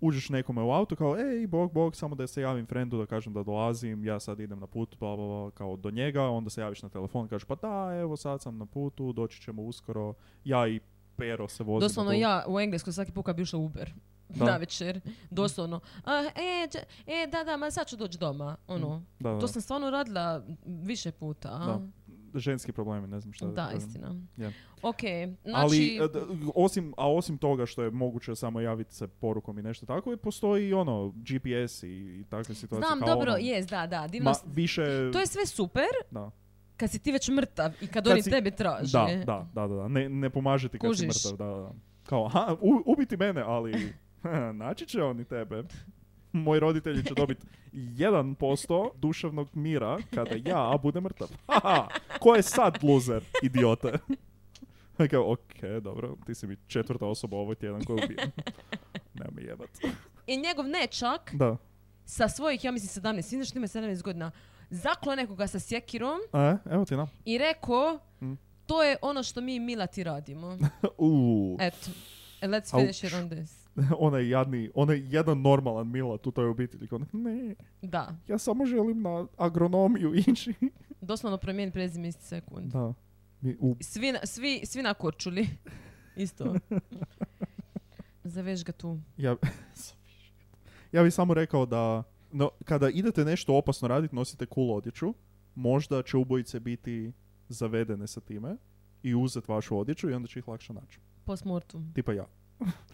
Speaker 6: uđeš nekome u auto kao, ej, bog, bog, samo da se javim frendu, da kažem da dolazim, ja sad idem na put, bla, bla, bla, kao do njega, onda se javiš na telefon, kažeš, pa da, evo, sad sam na putu, doći ćemo uskoro, ja i Pero se vozimo.
Speaker 5: Doslovno
Speaker 6: tu."
Speaker 5: ja u Englesku svaki put kad bi išla u Uber.
Speaker 6: Da.
Speaker 5: Na večer. Doslovno. A, e, dž- e, da, da, ma sad ću doći doma. Ono.
Speaker 6: Mm, Da, da,
Speaker 5: To sam stvarno radila više puta. a?
Speaker 6: da. Ženski problemi, ne znam šta
Speaker 5: Da,
Speaker 6: kažem.
Speaker 5: istina.
Speaker 6: Je.
Speaker 5: Ok,
Speaker 6: Ali,
Speaker 5: znači...
Speaker 6: e, d- osim, a osim toga što je moguće samo javiti se porukom i nešto tako, postoji i ono, GPS i, i takve situacije.
Speaker 5: znam,
Speaker 6: kao
Speaker 5: dobro,
Speaker 6: ono,
Speaker 5: jest, da, da, divno.
Speaker 6: Ma,
Speaker 5: s-
Speaker 6: više...
Speaker 5: To je sve super
Speaker 6: Da,
Speaker 5: kad si ti već mrtav i kad,
Speaker 6: Kad
Speaker 5: oni
Speaker 6: si-
Speaker 5: tebe traže.
Speaker 6: da, da, da, da, da. Ne, ne pomaže ti kad si
Speaker 5: Kužiš.
Speaker 6: mrtav, da, da. Kao, aha, u- ubiti mene, ali naći će oni tebe. Moji roditelji će dobiti 1% duševnog mira kada ja budem mrtav. Haha, ko je sad loser, idiote? Kao, ok, dobro, ti si mi četvrta osoba ovaj tjedan koju ubijem. Nema me jebat.
Speaker 5: I njegov nečak
Speaker 6: Da.
Speaker 5: sa svojih, ja mislim, 17, svi znaš što ima 17 godina, zaklo nekoga sa sjekirom
Speaker 6: E, evo ti na.
Speaker 5: i rekao,
Speaker 6: Mm.
Speaker 5: to je ono što mi milati radimo.
Speaker 6: Uuu,
Speaker 5: Eto. And let's
Speaker 6: Auč.
Speaker 5: finish it on this.
Speaker 6: onaj jadni, onaj jedan normalan Milat u toj obitelji. kao, Ne,
Speaker 5: Da,
Speaker 6: ja samo želim na agronomiju ići.
Speaker 5: doslovno promijeni prezime isti sekund.
Speaker 6: Da. Mi- U,
Speaker 5: Svi, na, svi, svi na korčuli. Isto. Zaveš ga tu.
Speaker 6: ja, ja bih samo rekao da no, kada idete nešto opasno raditi, nosite cool odjeću. Možda će ubojice biti zavedene sa time i uzet vašu odjeću i onda će ih lakše naći.
Speaker 5: Post mortum.
Speaker 6: Tipa ja.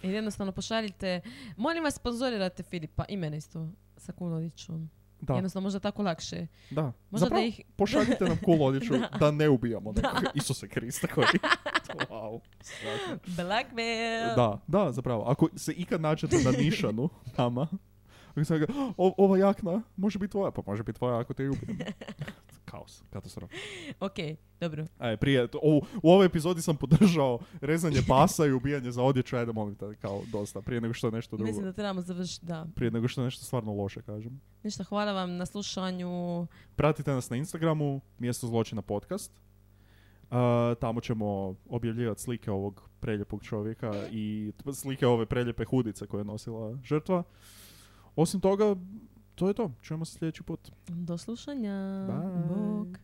Speaker 5: Jer jednostavno pošaljite, molim vas sponzorirate Filipa i mene isto sa Kulodićom.
Speaker 6: Da,
Speaker 5: Jednostavno možda tako lakše.
Speaker 6: da.
Speaker 5: Možda
Speaker 6: Zapravo,
Speaker 5: da ih...
Speaker 6: pošaljite nam cool odjeću da.
Speaker 5: Da.
Speaker 6: ne ubijamo nekoga. Isuse Krista koji... wow, strašno.
Speaker 5: Blackmail!
Speaker 6: Da, da, zapravo. Ako se ikad nađete na nišanu nama, ako sam ga, "O- ova jakna može biti tvoja, pa može biti tvoja ako te ljubim. Kao, Kaos, katastrofa.
Speaker 5: Ok, dobro.
Speaker 6: Aj, prije, to- u, u ovoj epizodi sam podržao rezanje pasa i ubijanje za odjeću, ajde molim te, kao dosta, prije nego što nešto drugo.
Speaker 5: Mislim da trebamo završiti, da.
Speaker 6: Prije nego što nešto stvarno loše kažem.
Speaker 5: Ništa, hvala vam na slušanju.
Speaker 6: Pratite nas na Instagramu, mjesto zločina podcast. Uh, tamo ćemo objavljivati slike ovog preljepog čovjeka i t- slike ove preljepe hudice koje je nosila žrtva. Osim toga, to je to. Čujemo se sljedeći put.
Speaker 5: Do slušanja.
Speaker 6: Bye.
Speaker 5: Bog.